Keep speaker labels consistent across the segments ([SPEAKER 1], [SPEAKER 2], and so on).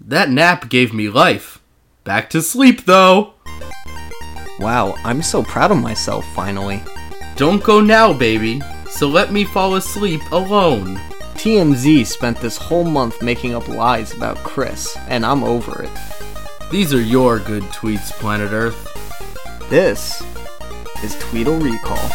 [SPEAKER 1] That nap gave me life. Back to sleep, though.
[SPEAKER 2] Wow, I'm so proud of myself finally.
[SPEAKER 1] Don't go now, baby. So let me fall asleep alone.
[SPEAKER 2] TMZ spent this whole month making up lies about Chris, and I'm over it.
[SPEAKER 1] These are your good tweets, Planet Earth.
[SPEAKER 2] This is Tweedle Recall.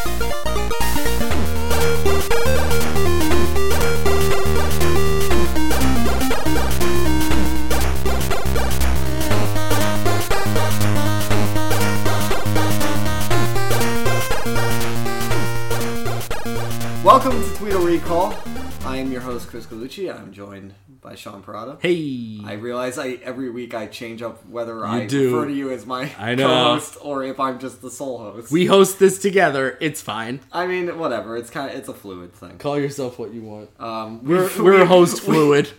[SPEAKER 2] Welcome to Tweedle Recall. I am your host, Chris Galucci, and I'm joined by Sean Parada.
[SPEAKER 3] Hey.
[SPEAKER 2] I realize I every week I change up whether I
[SPEAKER 3] do.
[SPEAKER 2] refer to you as my
[SPEAKER 3] I know.
[SPEAKER 2] co-host or if I'm just the sole host.
[SPEAKER 3] we host this together. It's fine.
[SPEAKER 2] I mean, whatever. It's kind of it's a fluid thing.
[SPEAKER 3] Call yourself what you want.
[SPEAKER 1] Uh,
[SPEAKER 2] Um,
[SPEAKER 3] We're,
[SPEAKER 2] we've-
[SPEAKER 3] we're
[SPEAKER 2] we've-
[SPEAKER 3] host fluid.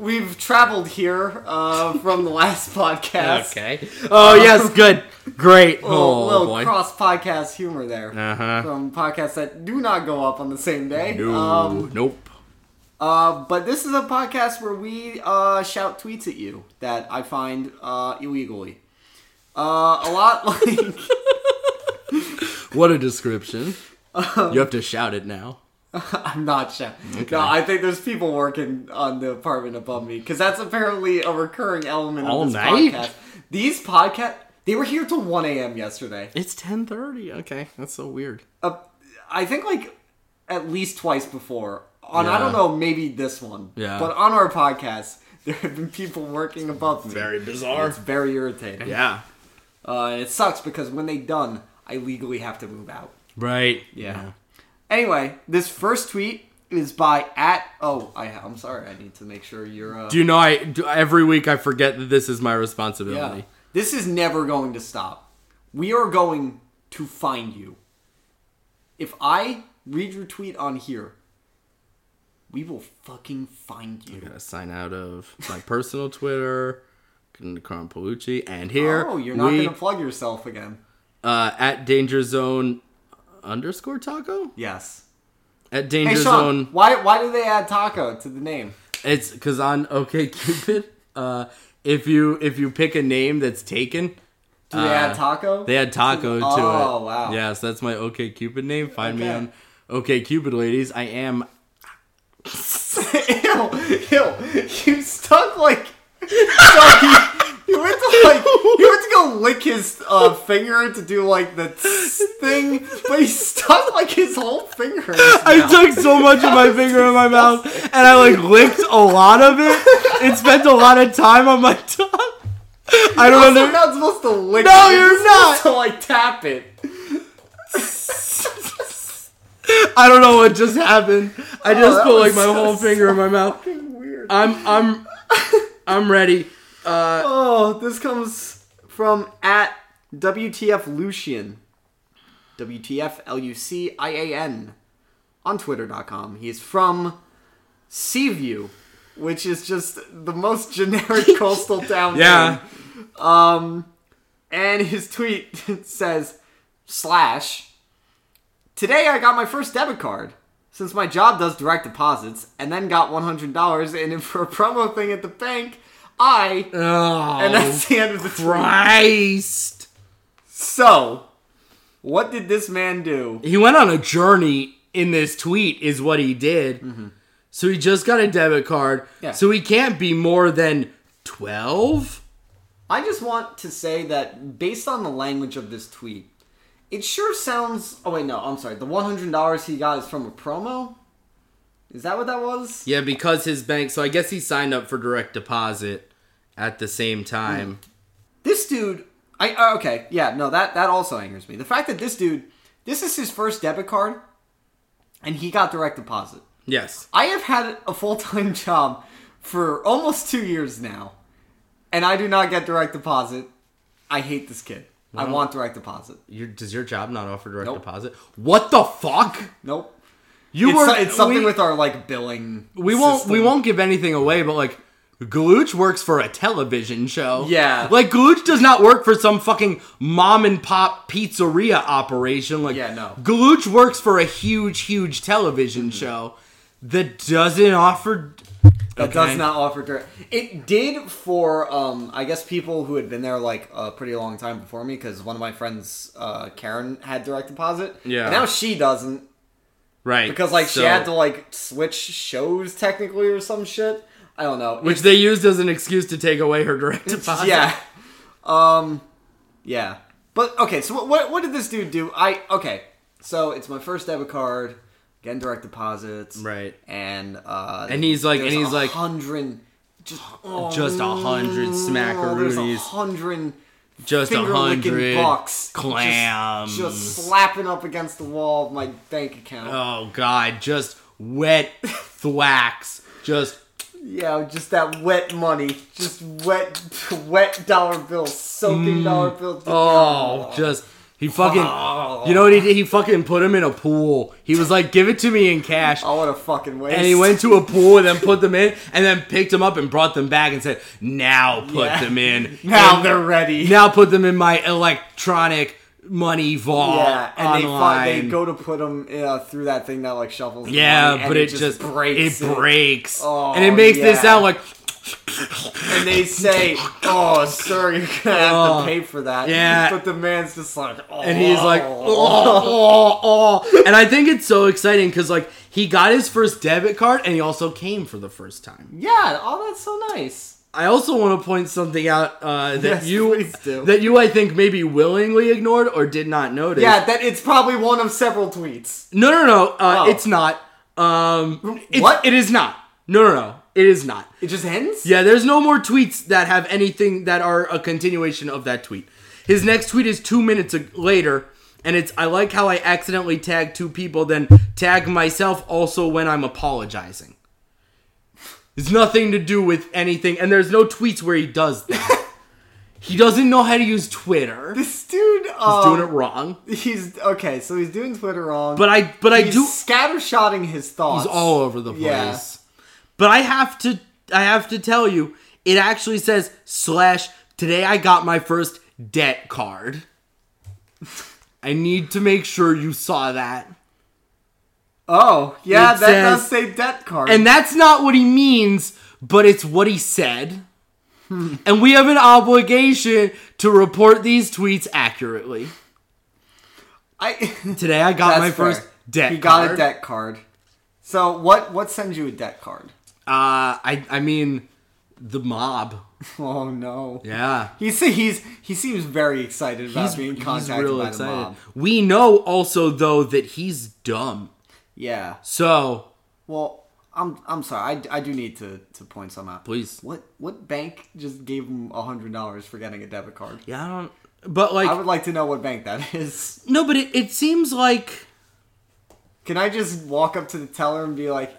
[SPEAKER 2] We've traveled here uh, from the last podcast.
[SPEAKER 3] Okay.
[SPEAKER 1] Uh,
[SPEAKER 3] Oh, yes, good. Great.
[SPEAKER 2] Little,
[SPEAKER 3] Oh,
[SPEAKER 2] little
[SPEAKER 3] boy.
[SPEAKER 2] cross podcast humor there
[SPEAKER 3] Uh-huh.
[SPEAKER 2] from podcasts that do not go up on the same day.
[SPEAKER 3] No.
[SPEAKER 2] Um,
[SPEAKER 3] nope.
[SPEAKER 2] uh, but this is a podcast where we uh, shout tweets at you that I find uh, illegally. Uh, a lot like
[SPEAKER 3] What a description. you have to shout it now.
[SPEAKER 2] I'm not shouting. No, I think there's people working on the apartment above me because that's apparently a recurring element
[SPEAKER 3] All
[SPEAKER 2] of this
[SPEAKER 3] night?
[SPEAKER 2] podcast. These podcast they were here till 1 a.m. yesterday.
[SPEAKER 3] It's 1030. Okay. That's so weird.
[SPEAKER 2] Uh, I think like at least twice before on I
[SPEAKER 3] Yeah.
[SPEAKER 2] don't know maybe this one,
[SPEAKER 3] Yeah.
[SPEAKER 2] but on our podcast there have been people working above me.
[SPEAKER 3] bizarre.
[SPEAKER 2] it's very irritating.
[SPEAKER 3] Yeah.
[SPEAKER 2] Uh, and it sucks because when they done, I legally have to move out.
[SPEAKER 3] Right.
[SPEAKER 2] Yeah. Anyway, this first tweet is by at oh I I'm sorry I need to make sure you're uh,
[SPEAKER 3] Do you know I do, every week I forget that this is my responsibility.
[SPEAKER 2] yeah this is never going to stop. We are going to find you. If I read your tweet on here, we will fucking find you.
[SPEAKER 3] I'm gonna sign out of my personal Twitter, Nikon Palucci, and here
[SPEAKER 2] Oh, you're not
[SPEAKER 3] we-
[SPEAKER 2] gonna plug yourself again.
[SPEAKER 3] uh, at danger zone underscore taco
[SPEAKER 2] Yes.
[SPEAKER 3] at danger
[SPEAKER 2] Hey Sean,
[SPEAKER 3] zone
[SPEAKER 2] why why do they add taco to the name?
[SPEAKER 3] it's because on okay cupid uh if you if you pick a name that's taken
[SPEAKER 2] Do they add taco?
[SPEAKER 3] Uh, they add taco to it
[SPEAKER 2] Oh, wow.
[SPEAKER 3] yeah so that's my okay cupid name find me
[SPEAKER 2] Okay.
[SPEAKER 3] on okay cupid ladies i am
[SPEAKER 2] ew, ew. You stuck like. no, you, you went to like. You went to go lick his uh, finger to do like the tss thing, but he stuck like his whole finger. in his
[SPEAKER 3] I
[SPEAKER 2] mouth.
[SPEAKER 3] took so much of my finger in my mouth, and I like licked a lot of it. It spent a lot of time on my tongue. I don't
[SPEAKER 2] You're
[SPEAKER 3] know.
[SPEAKER 2] not supposed to lick
[SPEAKER 3] No,
[SPEAKER 2] it.
[SPEAKER 3] you're not.
[SPEAKER 2] supposed to like tap it.
[SPEAKER 3] I don't know what just happened. I just
[SPEAKER 2] Oh, that
[SPEAKER 3] put
[SPEAKER 2] was
[SPEAKER 3] like my
[SPEAKER 2] so
[SPEAKER 3] whole finger in my mouth.
[SPEAKER 2] Weird.
[SPEAKER 3] I'm I'm I'm ready. Uh,
[SPEAKER 2] Oh, this comes from at WTF Lucian. WTF L U C I A N on Twitter.com. He's from Seaview, which is just the most generic coastal town.
[SPEAKER 3] yeah.
[SPEAKER 2] name. And his tweet says, slash, Today I got my first debit card. Since my job does direct deposits, and then got $100 in it for a promo thing at the bank, I.
[SPEAKER 3] Oh,
[SPEAKER 2] And that's the end of the tweet.
[SPEAKER 3] Christ.
[SPEAKER 2] So, what did this man do?
[SPEAKER 3] He went on a journey in this tweet, is what he did. So he just got a debit card.
[SPEAKER 2] Mm-hmm. Yeah.
[SPEAKER 3] So he can't be more than twelve.
[SPEAKER 2] I just want to say that based on the language of this tweet, it sure sounds. Oh, wait, no, I'm sorry. The $100 he got is from a promo? Is that what that was?
[SPEAKER 3] Yeah, because his bank. So I guess he signed up for direct deposit at the same time.
[SPEAKER 2] This dude. I uh, okay, yeah, no, that that also angers me. The fact that this dude, this is his first debit card, and he got direct deposit.
[SPEAKER 3] Yes.
[SPEAKER 2] I have had a full time job for almost two years now, and I do not get direct deposit. I hate this kid. I want direct deposit.
[SPEAKER 3] Your, does your job not offer direct
[SPEAKER 2] Nope.
[SPEAKER 3] deposit? What the fuck?
[SPEAKER 2] Nope.
[SPEAKER 3] You
[SPEAKER 2] it's,
[SPEAKER 3] were.
[SPEAKER 2] so- it's something
[SPEAKER 3] we,
[SPEAKER 2] with our like billing.
[SPEAKER 3] We won't. We
[SPEAKER 2] system.
[SPEAKER 3] won't give anything away, but like. Galooch works for a television show.
[SPEAKER 2] Yeah.
[SPEAKER 3] Like, Galooch does not work for some fucking mom and pop pizzeria operation. Like,
[SPEAKER 2] Yeah, no.
[SPEAKER 3] Galooch Mm-hmm. works for a huge, huge television show that doesn't offer.
[SPEAKER 2] That does
[SPEAKER 4] Okay.
[SPEAKER 2] not offer direct. It did for um, I guess people who had been there like a pretty long time before me because one of my friends, uh, Karen, had direct deposit.
[SPEAKER 3] Yeah.
[SPEAKER 2] And now she doesn't
[SPEAKER 3] Right.
[SPEAKER 2] because like
[SPEAKER 3] so-
[SPEAKER 2] she had to like switch shows technically or some shit. I don't know.
[SPEAKER 3] which they used as an excuse to take away her direct deposit.
[SPEAKER 2] yeah. Um, yeah. But okay, so what- what what did this dude do? I okay. So it's my first debit card, getting direct deposits,
[SPEAKER 3] Right.
[SPEAKER 2] And uh,
[SPEAKER 3] And he's like- and
[SPEAKER 2] there's
[SPEAKER 3] he's like-
[SPEAKER 2] hundred, just oh,
[SPEAKER 4] Just a hundred
[SPEAKER 2] there's a
[SPEAKER 4] smackaroonies.
[SPEAKER 2] hundred
[SPEAKER 3] Just a
[SPEAKER 2] finger licking
[SPEAKER 3] hundred
[SPEAKER 2] bucks,
[SPEAKER 4] clams.
[SPEAKER 2] just, just slapping up against the wall of my bank account.
[SPEAKER 4] Oh god, just wet thwacks. Just
[SPEAKER 2] Yeah, just that wet money, just wet, wet dollar bills, soaking dollar bills.
[SPEAKER 3] Mm. Oh, just he fucking.
[SPEAKER 2] Oh.
[SPEAKER 3] You know what he did? He fucking put him in a pool. He was like, "Give it to me in cash."
[SPEAKER 2] I want to fucking waste.
[SPEAKER 3] And he went to a pool and then put them in, and then picked them up and brought them back and said, "Now put
[SPEAKER 2] Yeah.
[SPEAKER 3] them in.
[SPEAKER 2] Now
[SPEAKER 3] And
[SPEAKER 2] they're ready.
[SPEAKER 3] now put them in my electronic money vault
[SPEAKER 2] yeah, and they, fi-
[SPEAKER 3] online."
[SPEAKER 2] they go to put them uh, through that thing that like shuffles. the money,
[SPEAKER 3] yeah,
[SPEAKER 2] and
[SPEAKER 3] but it, just
[SPEAKER 2] breaks.
[SPEAKER 3] It, breaks,
[SPEAKER 2] Oh,
[SPEAKER 3] and it makes this
[SPEAKER 2] yeah.
[SPEAKER 3] sound like
[SPEAKER 2] And they say, "Oh, sir, you're gonna have
[SPEAKER 3] Oh,
[SPEAKER 2] to pay for that."
[SPEAKER 3] yeah.
[SPEAKER 2] but the man's just like, oh,
[SPEAKER 3] and he's like, oh, oh, oh. And I think it's so exciting because like he got his first debit card and he also came for the first time.
[SPEAKER 2] "Yeah, oh, that's so nice."
[SPEAKER 3] I also want to point something out uh, that
[SPEAKER 2] Yes,
[SPEAKER 3] you
[SPEAKER 2] please do.
[SPEAKER 3] that you I think maybe willingly ignored or did not notice.
[SPEAKER 2] Yeah, that it's probably one of several tweets.
[SPEAKER 3] No, no, no. Uh,
[SPEAKER 2] Oh.
[SPEAKER 3] It's not. Um, it's,
[SPEAKER 2] What?
[SPEAKER 3] It is not. No, no, no. It is not.
[SPEAKER 2] It just ends.
[SPEAKER 3] Yeah, there's no more tweets that have anything that are a continuation of that tweet. His next tweet is two minutes ag- later, and it's I like how I accidentally tag two people, then tag myself also when I'm apologizing. It's nothing to do with anything, and there's no tweets where he does that. he doesn't know how to use Twitter. He's
[SPEAKER 2] This dude, um,
[SPEAKER 3] doing it wrong.
[SPEAKER 2] He's okay, so he's doing Twitter wrong.
[SPEAKER 3] But I, but I
[SPEAKER 2] he's
[SPEAKER 3] do.
[SPEAKER 2] scattershotting his thoughts.
[SPEAKER 3] is all over the place.
[SPEAKER 2] Yeah.
[SPEAKER 3] But I have to I have to tell you, it actually says slash today I got my first debt card. I need to make sure you saw that.
[SPEAKER 2] Oh, yeah,
[SPEAKER 3] It
[SPEAKER 2] that does
[SPEAKER 3] says-
[SPEAKER 2] say debt card.
[SPEAKER 3] And that's not what he means, but it's what he said. and we have an obligation to report these tweets accurately.
[SPEAKER 2] I
[SPEAKER 3] Today I got
[SPEAKER 2] that's
[SPEAKER 3] my
[SPEAKER 2] fair.
[SPEAKER 3] first debt
[SPEAKER 2] He got a
[SPEAKER 3] card.
[SPEAKER 2] debt card. So what? What sends you a debt card?
[SPEAKER 3] Uh I I mean the mob.
[SPEAKER 2] Oh no.
[SPEAKER 3] Yeah.
[SPEAKER 2] He se- he's he seems very excited about being contacted
[SPEAKER 3] real
[SPEAKER 2] by the mob.
[SPEAKER 3] We know also though that he's dumb.
[SPEAKER 2] Yeah.
[SPEAKER 3] So
[SPEAKER 2] Well, I'm I'm sorry. I, I do need to, to point some out.
[SPEAKER 3] Please.
[SPEAKER 2] What what bank just gave him hundred dollars for getting a debit card?
[SPEAKER 3] yeah, I don't. But like
[SPEAKER 2] I would like to know what bank that is.
[SPEAKER 3] no, but it, it seems like
[SPEAKER 2] Can I just walk up to the teller and be like,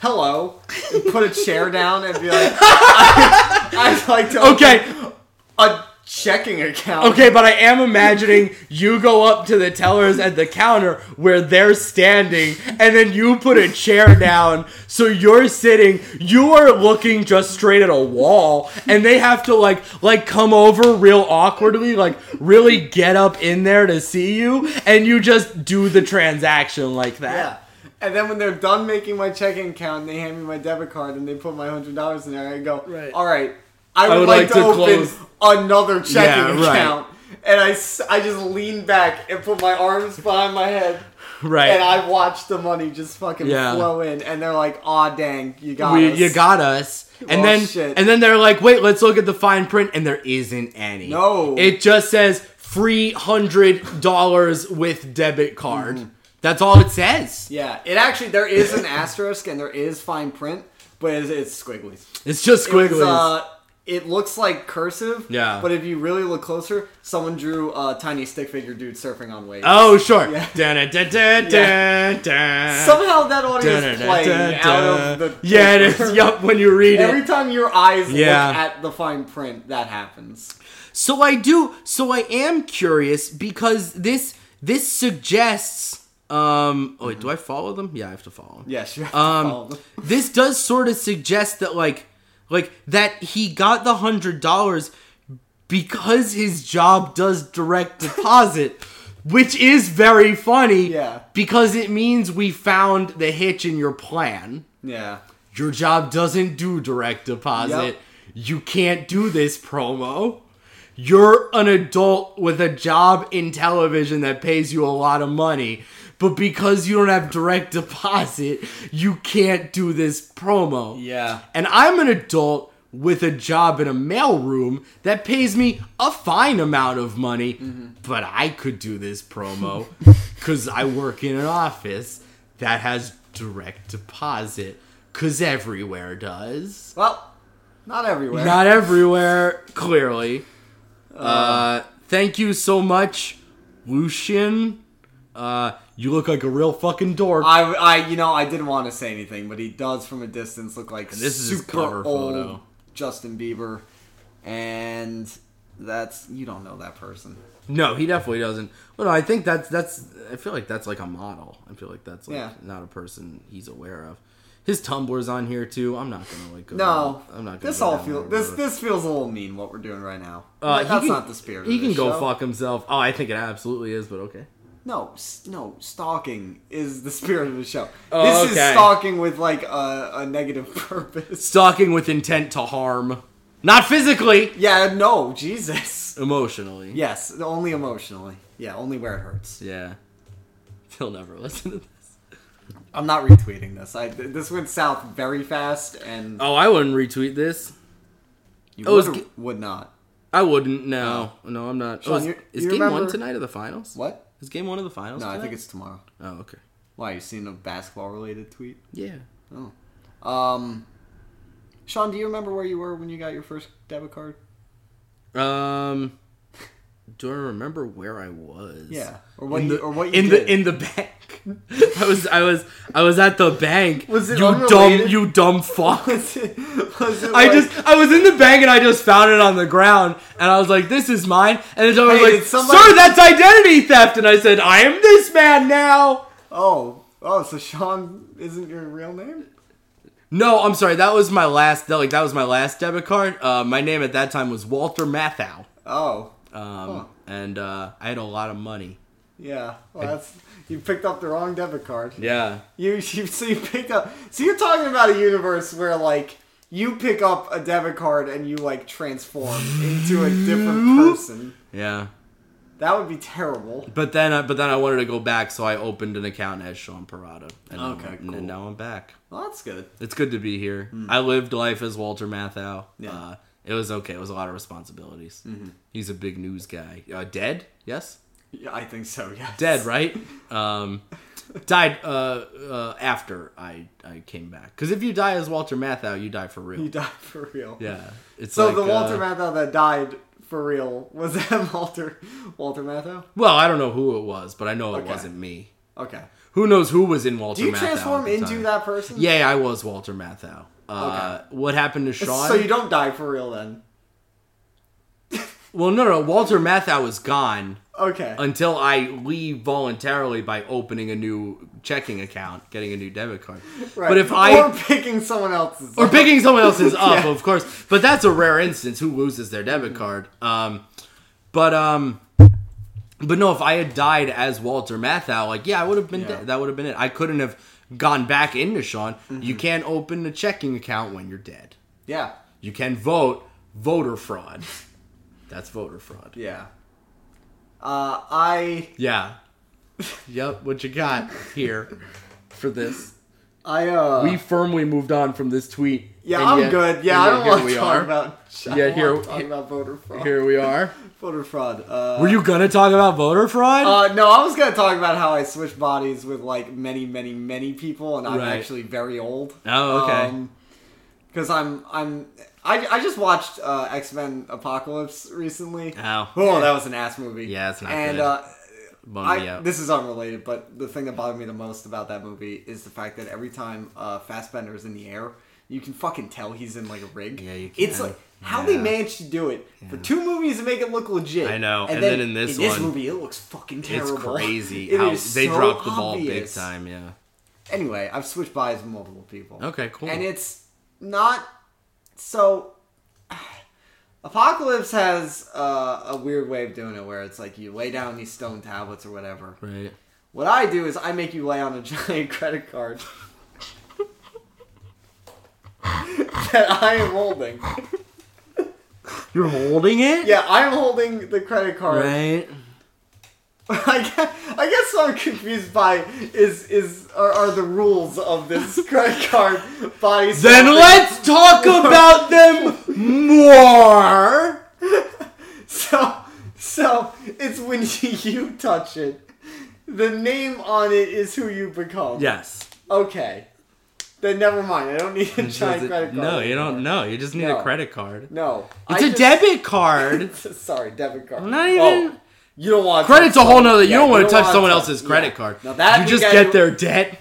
[SPEAKER 2] "Hello," and put a chair down and be like, I, "I'd like to open a checking account."
[SPEAKER 3] okay, but I am imagining you go up to the tellers at the counter where they're standing, and then you put a chair down, so you're sitting, you are looking just straight at a wall, and they have to like like come over real awkwardly, like really get up in there to see you, and you just do the transaction like
[SPEAKER 2] Yeah.
[SPEAKER 3] that.
[SPEAKER 2] And then when they're done making my checking account, they hand me my debit card and they put my hundred dollars in there. I go,
[SPEAKER 3] Right.
[SPEAKER 2] "All right, I would, like, to, open
[SPEAKER 3] close-
[SPEAKER 2] another checking
[SPEAKER 3] Yeah, right.
[SPEAKER 2] account." And I, s- I just lean back and put my arms behind my head.
[SPEAKER 3] Right.
[SPEAKER 2] And I watch the money just fucking
[SPEAKER 3] Yeah.
[SPEAKER 2] flow in, and they're like, "Aw, dang, you got
[SPEAKER 3] We-
[SPEAKER 2] us."
[SPEAKER 3] you got us. And
[SPEAKER 2] Oh,
[SPEAKER 3] then
[SPEAKER 2] shit.
[SPEAKER 3] and then they're like, wait, let's look at the fine print, and there isn't any.
[SPEAKER 2] No.
[SPEAKER 3] It just says free hundred dollars with debit card. That's all it says.
[SPEAKER 2] Mm-hmm. Yeah, it actually there is an asterisk and there is fine print, but it's, it's squigglies.
[SPEAKER 3] It's just
[SPEAKER 2] It was,
[SPEAKER 3] squiggly.
[SPEAKER 2] uh, it looks like cursive.
[SPEAKER 3] Yeah.
[SPEAKER 2] But if you really look closer, someone drew a tiny stick figure dude surfing on waves.
[SPEAKER 3] oh sure.
[SPEAKER 2] yeah.
[SPEAKER 3] Dun, dun, dun, dun, dun.
[SPEAKER 2] Somehow that audio
[SPEAKER 3] Dun, dun,
[SPEAKER 2] is
[SPEAKER 3] dun,
[SPEAKER 2] playing
[SPEAKER 3] dun,
[SPEAKER 2] out of
[SPEAKER 3] dun.
[SPEAKER 2] the.
[SPEAKER 3] Yeah, it is. Yup, when you read it.
[SPEAKER 2] Every time your eyes
[SPEAKER 3] Yeah.
[SPEAKER 2] look at the fine print, that happens.
[SPEAKER 3] So I do. So I am curious because this this suggests. Um. Oh wait, do I follow them? Yeah, I have to follow. Them.
[SPEAKER 2] Yes, you have to follow
[SPEAKER 3] Um.
[SPEAKER 2] them.
[SPEAKER 3] this does sort of suggest that like like that he got the hundred dollars because his job does direct deposit. Which is very funny,
[SPEAKER 2] Yeah.
[SPEAKER 3] Because it means we found the hitch in your plan.
[SPEAKER 2] Yeah.
[SPEAKER 3] your job doesn't do direct deposit.
[SPEAKER 2] Yep.
[SPEAKER 3] You can't do this promo. You're an adult with a job in television that pays you a lot of money, but because you don't have direct deposit, you can't do this promo.
[SPEAKER 2] Yeah.
[SPEAKER 3] And I'm an adult with a job in a mailroom that pays me a fine amount of money, but I could do this promo because I work in an office that has direct deposit because everywhere does.
[SPEAKER 2] Well, not everywhere.
[SPEAKER 3] Not everywhere, clearly. Uh, thank you so much, Lucian. Uh, you look like a real fucking dork.
[SPEAKER 2] I, I, you know, I didn't want to say anything, but he does from a distance look like
[SPEAKER 3] this is his
[SPEAKER 2] super
[SPEAKER 3] cover
[SPEAKER 2] old
[SPEAKER 3] photo.
[SPEAKER 2] Justin Bieber, and that's you don't know that person.
[SPEAKER 3] No, he definitely doesn't. Well, no, I think that's that's. I feel like that's like a model. I feel like that's like
[SPEAKER 2] Yeah.
[SPEAKER 3] not a person he's aware of. His Tumblr's on here too. I'm not gonna like. Go
[SPEAKER 2] No,
[SPEAKER 3] down- I'm not. Gonna
[SPEAKER 2] This
[SPEAKER 3] go
[SPEAKER 2] all
[SPEAKER 3] down
[SPEAKER 2] feels
[SPEAKER 3] that
[SPEAKER 2] this
[SPEAKER 3] road.
[SPEAKER 2] this feels a little mean what we're doing right now.
[SPEAKER 3] Uh, he
[SPEAKER 2] that's
[SPEAKER 3] can-
[SPEAKER 2] not the spirit.
[SPEAKER 3] He
[SPEAKER 2] of
[SPEAKER 3] can
[SPEAKER 2] this
[SPEAKER 3] go
[SPEAKER 2] show.
[SPEAKER 3] fuck himself. Oh, I think it absolutely is. But okay.
[SPEAKER 2] No, s- no, stalking is the spirit of the show.
[SPEAKER 3] Oh,
[SPEAKER 2] this is
[SPEAKER 3] okay.
[SPEAKER 2] stalking with like a, a negative purpose.
[SPEAKER 3] Stalking with intent to harm, not physically,
[SPEAKER 2] Yeah, no, Jesus.
[SPEAKER 3] emotionally.
[SPEAKER 2] Yes, only emotionally. Yeah, only where it hurts.
[SPEAKER 3] Yeah. He'll never listen to this.
[SPEAKER 2] I'm not retweeting this. I this went south very fast, and
[SPEAKER 3] Oh, I wouldn't retweet this.
[SPEAKER 2] you
[SPEAKER 3] it was
[SPEAKER 2] would,
[SPEAKER 3] g-
[SPEAKER 2] would not.
[SPEAKER 3] I wouldn't. No, no, I'm not.
[SPEAKER 2] Sean,
[SPEAKER 3] oh, is,
[SPEAKER 2] you-
[SPEAKER 3] is
[SPEAKER 2] you
[SPEAKER 3] game one
[SPEAKER 2] remember-
[SPEAKER 3] tonight of the finals?
[SPEAKER 2] What?
[SPEAKER 3] Is game one of the finals?
[SPEAKER 2] No, I think
[SPEAKER 3] tonight?
[SPEAKER 2] it's tomorrow.
[SPEAKER 3] Oh, okay.
[SPEAKER 2] Why you seen a basketball related tweet?
[SPEAKER 3] Yeah.
[SPEAKER 2] Oh, um, Sean, do you remember where you were when you got your first debit card?
[SPEAKER 3] Um, do I remember where I was?
[SPEAKER 2] Yeah, or what
[SPEAKER 3] in
[SPEAKER 2] you
[SPEAKER 3] the,
[SPEAKER 2] or what you
[SPEAKER 3] in
[SPEAKER 2] did.
[SPEAKER 3] the in the bank. I was I was I was at the bank.
[SPEAKER 2] Was it
[SPEAKER 3] you dumb
[SPEAKER 2] unrelated?
[SPEAKER 3] you dumb fuck?
[SPEAKER 2] was it, was it
[SPEAKER 3] I
[SPEAKER 2] like-
[SPEAKER 3] just I was in the bank and I just found it on the ground and I was like, "This is mine." And then someone
[SPEAKER 2] Hey,
[SPEAKER 3] was like,
[SPEAKER 2] did somebody-
[SPEAKER 3] "Sir, that's identity theft." And I said, "I am this man now."
[SPEAKER 2] oh oh so Sean isn't your real name?
[SPEAKER 3] No, I'm sorry. That was my last. That, like that was my last debit card. Uh, my name at that time was Walter Matthau,
[SPEAKER 2] Oh
[SPEAKER 3] um,
[SPEAKER 2] Huh.
[SPEAKER 3] and uh, I had a lot of money.
[SPEAKER 2] yeah, well that's you picked up the wrong debit card.
[SPEAKER 3] Yeah.
[SPEAKER 2] You, you so you picked up. So you're talking about a universe where like you pick up a debit card and you like transform into a different person.
[SPEAKER 3] Yeah.
[SPEAKER 2] That would be terrible.
[SPEAKER 3] But then, I, but then I wanted to go back, so I opened an account as Sean Parada. And now
[SPEAKER 2] Okay,
[SPEAKER 3] I'm-
[SPEAKER 2] cool.
[SPEAKER 3] And now I'm back.
[SPEAKER 2] Well, that's good.
[SPEAKER 3] It's good to be here. I lived life as Walter Matthau.
[SPEAKER 2] Hmm. Yeah. Mm-hmm.
[SPEAKER 3] Uh, it was okay. It was a lot of responsibilities. He's a big news guy. Uh, dead? Yes.
[SPEAKER 2] Yeah, I think so. Yes.
[SPEAKER 3] Dead, right? um, died uh, uh, after I I came back. Because if you die as Walter Matthau, you die for real.
[SPEAKER 2] You died for real.
[SPEAKER 3] yeah. It's
[SPEAKER 2] So
[SPEAKER 3] like,
[SPEAKER 2] the Walter
[SPEAKER 3] uh,
[SPEAKER 2] Matthau that died for real was that Walter Walter Matthau?
[SPEAKER 3] Well, I don't know who it was, but I know it
[SPEAKER 2] Okay.
[SPEAKER 3] wasn't me.
[SPEAKER 2] Okay.
[SPEAKER 3] Who knows who was in Walter?
[SPEAKER 2] Do you
[SPEAKER 3] Matthau at
[SPEAKER 2] transform
[SPEAKER 3] the
[SPEAKER 2] into
[SPEAKER 3] time.
[SPEAKER 2] that person?
[SPEAKER 3] Yeah, yeah, I was Walter Matthau. Uh, What happened to Sean?
[SPEAKER 2] So you don't die for real then?
[SPEAKER 3] well, no, no. Walter Matthau is gone
[SPEAKER 2] Okay.
[SPEAKER 3] until I leave voluntarily by opening a new checking account, getting a new debit card.
[SPEAKER 2] right.
[SPEAKER 3] But if I
[SPEAKER 2] or picking someone else's
[SPEAKER 3] or picking someone else's up,
[SPEAKER 2] Yeah.
[SPEAKER 3] of course. But that's a rare instance. Who loses their debit card? Um, but um, but no, if I had died as Walter Matthau, like yeah, I would have been
[SPEAKER 2] Yeah.
[SPEAKER 3] dead. That would have been it. I couldn't have gone back into Sean.
[SPEAKER 2] Mm-hmm.
[SPEAKER 3] You can't open a checking account when you're dead.
[SPEAKER 2] yeah
[SPEAKER 3] You can vote voter fraud. That's voter fraud.
[SPEAKER 2] yeah. Uh, I
[SPEAKER 3] Yeah. yep. What you got here for this?
[SPEAKER 2] I uh
[SPEAKER 3] We firmly moved on from this tweet.
[SPEAKER 2] Yeah,
[SPEAKER 3] and
[SPEAKER 2] I'm
[SPEAKER 3] yet-
[SPEAKER 2] good. Yeah,
[SPEAKER 3] and
[SPEAKER 2] I
[SPEAKER 3] yet
[SPEAKER 2] don't
[SPEAKER 3] here
[SPEAKER 2] want to
[SPEAKER 3] we
[SPEAKER 2] talk
[SPEAKER 3] are.
[SPEAKER 2] about. I
[SPEAKER 3] Yeah,
[SPEAKER 2] don't
[SPEAKER 3] here-
[SPEAKER 2] wanna talk
[SPEAKER 3] here-
[SPEAKER 2] about voter fraud.
[SPEAKER 3] Here we are.
[SPEAKER 2] Voter fraud. Uh,
[SPEAKER 3] Were you gonna talk about voter fraud?
[SPEAKER 2] uh, no, I was gonna talk about how I switched bodies with like many, many, many people, and I'm
[SPEAKER 3] Right.
[SPEAKER 2] actually very old.
[SPEAKER 3] Oh, okay.
[SPEAKER 2] Because I'm, I'm, I, I just watched uh, X Men Apocalypse recently.
[SPEAKER 3] Ow.
[SPEAKER 2] Oh, that was an ass movie.
[SPEAKER 3] Yeah, it's not
[SPEAKER 2] And
[SPEAKER 3] good.
[SPEAKER 2] uh,
[SPEAKER 3] Bum me
[SPEAKER 2] I,
[SPEAKER 3] out.
[SPEAKER 2] this is unrelated, but the thing that bothered me the most about that movie is the fact that every time uh, Fassbender is in the air, you can fucking tell he's in like a rig.
[SPEAKER 3] Yeah, you
[SPEAKER 2] It's
[SPEAKER 3] can.
[SPEAKER 2] like how they
[SPEAKER 3] Yeah.
[SPEAKER 2] managed to do it for two movies and make it look legit.
[SPEAKER 3] I know, and then in this one,
[SPEAKER 2] movie, it looks fucking
[SPEAKER 3] it's
[SPEAKER 2] terrible.
[SPEAKER 3] crazy
[SPEAKER 2] It
[SPEAKER 3] how
[SPEAKER 2] is
[SPEAKER 3] they
[SPEAKER 2] so
[SPEAKER 3] dropped the ball big
[SPEAKER 2] obvious.
[SPEAKER 3] time. Yeah.
[SPEAKER 2] Anyway, I've switched bodies with multiple people.
[SPEAKER 3] Okay, cool.
[SPEAKER 2] And it's not so. Apocalypse has uh, a weird way of doing it where it's like you lay down these stone tablets or whatever.
[SPEAKER 3] Right.
[SPEAKER 2] What I do is I make you lay on a giant credit card. that I am holding.
[SPEAKER 3] You're holding it?
[SPEAKER 2] Yeah, I'm holding the credit card.
[SPEAKER 3] Right?
[SPEAKER 2] I guess, I guess what I'm confused by is is are, are the rules of this credit card body.
[SPEAKER 3] Then
[SPEAKER 2] swapping.
[SPEAKER 3] let's talk about them more.
[SPEAKER 2] So so it's when you touch it, the name on it is who you become.
[SPEAKER 3] Yes.
[SPEAKER 2] Okay. Then never mind. I don't need a giant credit card.
[SPEAKER 3] No, you don't
[SPEAKER 2] anymore.
[SPEAKER 3] know. You just need
[SPEAKER 2] No.
[SPEAKER 3] a credit card.
[SPEAKER 2] No,
[SPEAKER 3] It's
[SPEAKER 2] a
[SPEAKER 3] a debit card.
[SPEAKER 2] Sorry, debit card.
[SPEAKER 3] Not
[SPEAKER 2] Oh,
[SPEAKER 3] even.
[SPEAKER 2] you don't want to
[SPEAKER 3] Credit's
[SPEAKER 2] touch
[SPEAKER 3] a whole
[SPEAKER 2] someone-
[SPEAKER 3] nother.
[SPEAKER 2] yeah,
[SPEAKER 3] you don't want to touch
[SPEAKER 2] wanna
[SPEAKER 3] someone else's
[SPEAKER 2] yeah.
[SPEAKER 3] credit card.
[SPEAKER 2] Now that
[SPEAKER 3] you
[SPEAKER 2] we
[SPEAKER 3] just
[SPEAKER 2] gotta
[SPEAKER 3] get
[SPEAKER 2] do-
[SPEAKER 3] their debt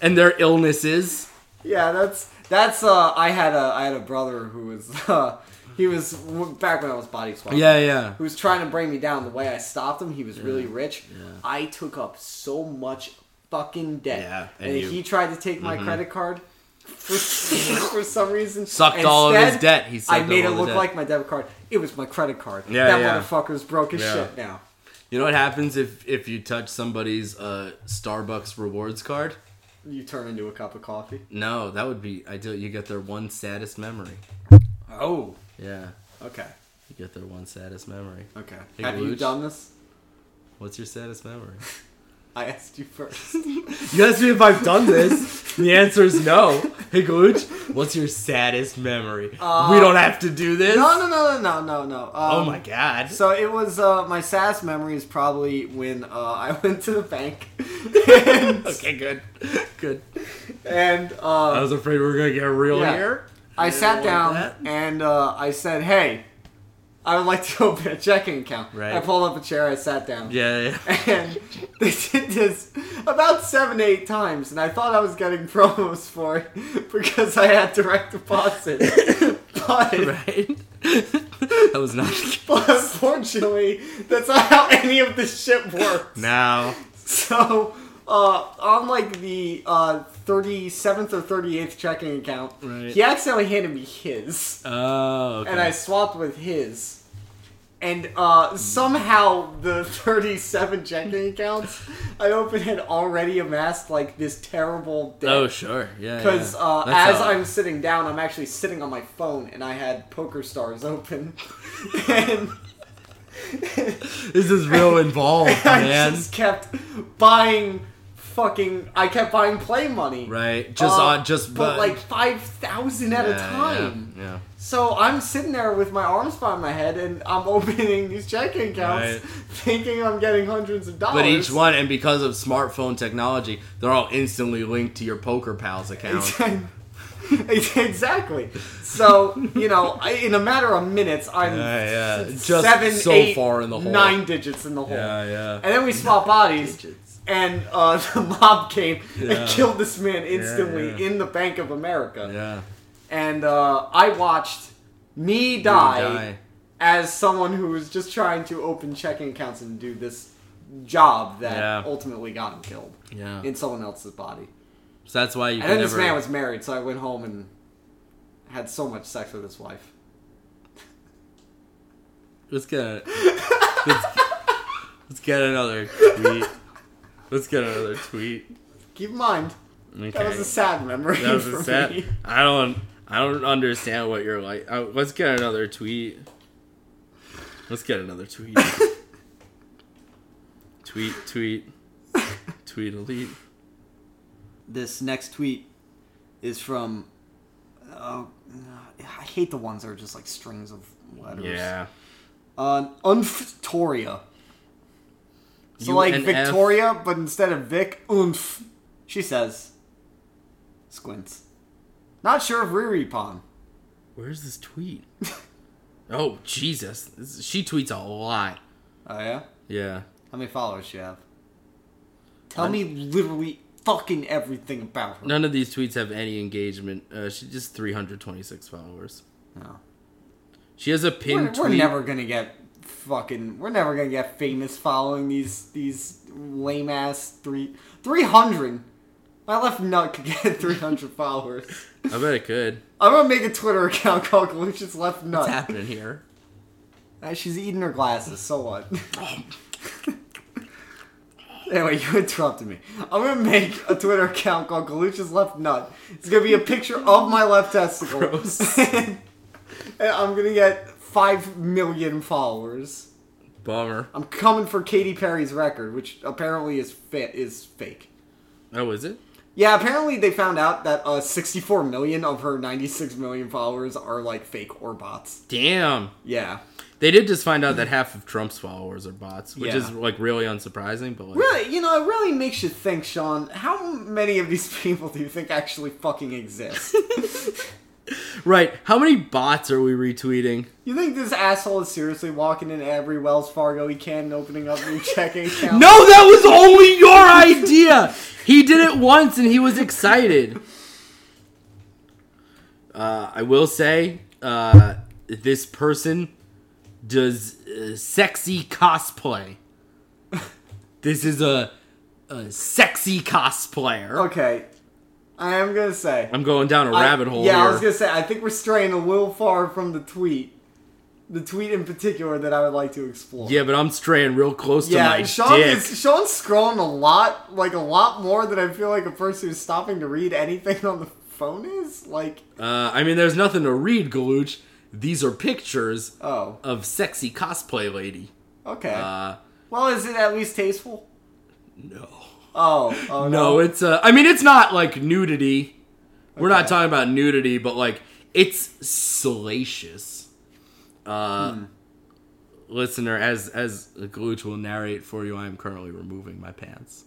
[SPEAKER 3] and their illnesses.
[SPEAKER 2] Yeah, that's that's. Uh, I had a I had a brother who was uh, he was w- back when I was body swapping.
[SPEAKER 3] Yeah, yeah.
[SPEAKER 2] who was trying to bring me down. The way I stopped him, he was really rich. I took up so much fucking debt,
[SPEAKER 3] Yeah,
[SPEAKER 2] and,
[SPEAKER 3] and you- Mm-hmm.
[SPEAKER 2] he tried to take my credit card for, for some reason.
[SPEAKER 3] Sucked all of his
[SPEAKER 2] Instead,
[SPEAKER 3] debt. He sucked
[SPEAKER 2] I made
[SPEAKER 3] all of
[SPEAKER 2] it
[SPEAKER 3] his
[SPEAKER 2] look
[SPEAKER 3] debt.
[SPEAKER 2] like my debit card. It was my credit card.
[SPEAKER 3] Yeah,
[SPEAKER 2] that
[SPEAKER 3] yeah.
[SPEAKER 2] motherfucker's broke as
[SPEAKER 3] Yeah.
[SPEAKER 2] shit now.
[SPEAKER 3] You know what happens if if you touch somebody's uh, Starbucks rewards card?
[SPEAKER 2] You turn into a cup of coffee.
[SPEAKER 3] No, that would be ideal. You get their one saddest memory.
[SPEAKER 2] Oh,
[SPEAKER 3] Yeah,
[SPEAKER 2] okay,
[SPEAKER 3] you get their one saddest memory.
[SPEAKER 2] okay.
[SPEAKER 3] Hey,
[SPEAKER 2] Have you
[SPEAKER 3] Luch.
[SPEAKER 2] done this?
[SPEAKER 3] What's your saddest memory?
[SPEAKER 2] I asked you first.
[SPEAKER 3] You asked me if I've done this. The answer is no. Hey, Glooch, what's your saddest memory? we don't have to do this.
[SPEAKER 2] No, no, no, no, no, no, no. Um,
[SPEAKER 3] oh my god.
[SPEAKER 2] So it was uh, my SAS memory is probably when uh, I went to the bank, and,
[SPEAKER 3] okay, good, good.
[SPEAKER 2] and
[SPEAKER 3] I
[SPEAKER 2] uh,
[SPEAKER 3] was afraid we were gonna get real
[SPEAKER 2] Yeah.
[SPEAKER 3] here.
[SPEAKER 2] I sat
[SPEAKER 3] want
[SPEAKER 2] down
[SPEAKER 3] that.
[SPEAKER 2] and uh, I said, "Hey, I would like to open a checking account."
[SPEAKER 3] Right.
[SPEAKER 2] I pulled up a chair. I sat down.
[SPEAKER 3] Yeah, yeah.
[SPEAKER 2] And they did this about seven, eight times, and I thought I was getting promos for it because I had direct deposit. but
[SPEAKER 3] right. that was not.
[SPEAKER 2] But unfortunately, that's not how any of this shit works.
[SPEAKER 3] Now,
[SPEAKER 2] So, uh, on like the uh, 37th or 38th checking account,
[SPEAKER 3] Right.
[SPEAKER 2] he accidentally handed me his,
[SPEAKER 3] oh, okay.
[SPEAKER 2] and I swapped with his. And uh, somehow the 37 checking accounts I opened had already amassed like this terrible debt.
[SPEAKER 3] Oh, sure. Yeah.
[SPEAKER 2] Because
[SPEAKER 3] yeah.
[SPEAKER 2] uh,
[SPEAKER 3] That's
[SPEAKER 2] as
[SPEAKER 3] how-
[SPEAKER 2] I'm sitting down, I'm actually sitting on my phone, and I had Poker Stars open, and
[SPEAKER 3] this is real involved,
[SPEAKER 2] I
[SPEAKER 3] man.
[SPEAKER 2] just kept buying fucking. I kept buying play money,
[SPEAKER 3] Right. Just
[SPEAKER 2] Uh,
[SPEAKER 3] on. Just
[SPEAKER 2] but
[SPEAKER 3] bu-
[SPEAKER 2] like five thousand at a
[SPEAKER 3] Yeah,
[SPEAKER 2] time.
[SPEAKER 3] Yeah. yeah.
[SPEAKER 2] So I'm sitting there with my arms behind my head, and I'm opening these checking accounts,
[SPEAKER 3] Right.
[SPEAKER 2] thinking I'm getting hundreds of dollars.
[SPEAKER 3] But each one, and because of smartphone technology, they're all instantly linked to your Poker Pals account.
[SPEAKER 2] exactly. So you know, I, in a matter of minutes, I'm
[SPEAKER 3] Yeah, yeah.
[SPEAKER 2] s-
[SPEAKER 3] Just
[SPEAKER 2] seven,
[SPEAKER 3] so
[SPEAKER 2] eight,
[SPEAKER 3] far in the hole.
[SPEAKER 2] nine digits in the hole.
[SPEAKER 3] yeah.
[SPEAKER 2] And then we swap bodies,
[SPEAKER 3] Digits.
[SPEAKER 2] and uh, the mob came
[SPEAKER 3] Yeah.
[SPEAKER 2] and killed this man instantly
[SPEAKER 3] yeah.
[SPEAKER 2] in the Bank of America.
[SPEAKER 3] yeah.
[SPEAKER 2] And uh, I watched me die,
[SPEAKER 3] die.
[SPEAKER 2] as someone who was just trying to open checking accounts and do this job that
[SPEAKER 3] Yeah.
[SPEAKER 2] ultimately got him killed
[SPEAKER 3] Yeah.
[SPEAKER 2] in someone else's body.
[SPEAKER 3] so that's why you
[SPEAKER 2] And
[SPEAKER 3] can
[SPEAKER 2] then
[SPEAKER 3] never.
[SPEAKER 2] this man was married, so I went home and had so much sex with his wife.
[SPEAKER 3] let's get. A, let's, let's get another tweet. Let's get another tweet.
[SPEAKER 2] Keep in mind,
[SPEAKER 3] Okay.
[SPEAKER 2] that was a sad memory
[SPEAKER 3] That was
[SPEAKER 2] for
[SPEAKER 3] a sad.
[SPEAKER 2] me.
[SPEAKER 3] I don't. I don't understand what you're like. Uh, let's get another tweet. Let's get another tweet. tweet, tweet, tweet, elite.
[SPEAKER 2] this next tweet is from oh i hate the ones that are just like strings of letters
[SPEAKER 3] Yeah.
[SPEAKER 2] uh unftoria so
[SPEAKER 3] U
[SPEAKER 2] like
[SPEAKER 3] N F.
[SPEAKER 2] victoria but instead of vic unf she says squints not sure if riri pon
[SPEAKER 3] Where's this tweet? oh Jesus! This is- she tweets a lot.
[SPEAKER 2] oh yeah
[SPEAKER 3] Yeah.
[SPEAKER 2] how many followers she have tell me literally fucking everything about her
[SPEAKER 3] None of these tweets have any engagement. Uh, she just 326 followers.
[SPEAKER 2] No.
[SPEAKER 3] She has a pinned
[SPEAKER 2] We're,
[SPEAKER 3] tweet.
[SPEAKER 2] we're never gonna get fucking. We're never gonna get famous following these these lame ass three three hundred. My left nut could get three hundred followers.
[SPEAKER 3] I bet it could.
[SPEAKER 2] I'm gonna make a Twitter account called Galush's Left
[SPEAKER 3] What's
[SPEAKER 2] Nut.
[SPEAKER 3] happening here?
[SPEAKER 2] Uh, She's eating her glasses. So what? Anyway, you interrupted me. I'm gonna make a Twitter account called Galuch's Left Nut. It's gonna be a picture of my left testicle.
[SPEAKER 3] Gross.
[SPEAKER 2] and I'm gonna get five million followers.
[SPEAKER 3] Bummer.
[SPEAKER 2] I'm coming for Katy Perry's record, which apparently is fa- is fake.
[SPEAKER 3] Oh, is it?
[SPEAKER 2] Yeah, apparently they found out that uh, 64 million of her 96 million followers are like fake or bots.
[SPEAKER 3] Damn.
[SPEAKER 2] Yeah.
[SPEAKER 3] They did just find out that half of Trump's followers are bots, which
[SPEAKER 2] Yeah.
[SPEAKER 3] is like really unsurprising. But like,
[SPEAKER 2] Really, you know, it really makes you think, Sean. How many of these people do you think actually fucking exist?
[SPEAKER 3] right? How many bots are we retweeting?
[SPEAKER 2] you think this asshole is seriously walking in every Wells Fargo he can and opening up new checking account?
[SPEAKER 3] No, that was only your idea. He did it once, and he was excited. Uh, I will say, uh, this person does uh, sexy cosplay. This is a, a sexy cosplayer.
[SPEAKER 2] Okay, I am gonna say.
[SPEAKER 3] I'm going down a
[SPEAKER 2] I-
[SPEAKER 3] rabbit hole
[SPEAKER 2] Yeah,
[SPEAKER 3] here.
[SPEAKER 2] I was gonna say. I think we're straying a little far from the tweet, the tweet in particular that I would like to explore.
[SPEAKER 3] Yeah, but I'm straying real close to
[SPEAKER 2] yeah.
[SPEAKER 3] my
[SPEAKER 2] Sean
[SPEAKER 3] dick.
[SPEAKER 2] is Sean's scrolling a lot, like a lot more than I feel like a person who's stopping to read anything on the phone is. Like,
[SPEAKER 3] Uh, I mean, there's nothing to read, Galooch. These are pictures
[SPEAKER 2] oh,
[SPEAKER 3] of sexy cosplay lady.
[SPEAKER 2] okay.
[SPEAKER 3] Uh,
[SPEAKER 2] well, is it at least tasteful?
[SPEAKER 3] no.
[SPEAKER 2] Oh, oh
[SPEAKER 3] No, it's, uh, I mean, it's not like nudity. We're not
[SPEAKER 2] Okay.
[SPEAKER 3] talking about nudity, but like, it's salacious. Uh,
[SPEAKER 2] Hmm.
[SPEAKER 3] Listener, as as Galooch will narrate for you, I am currently removing my pants.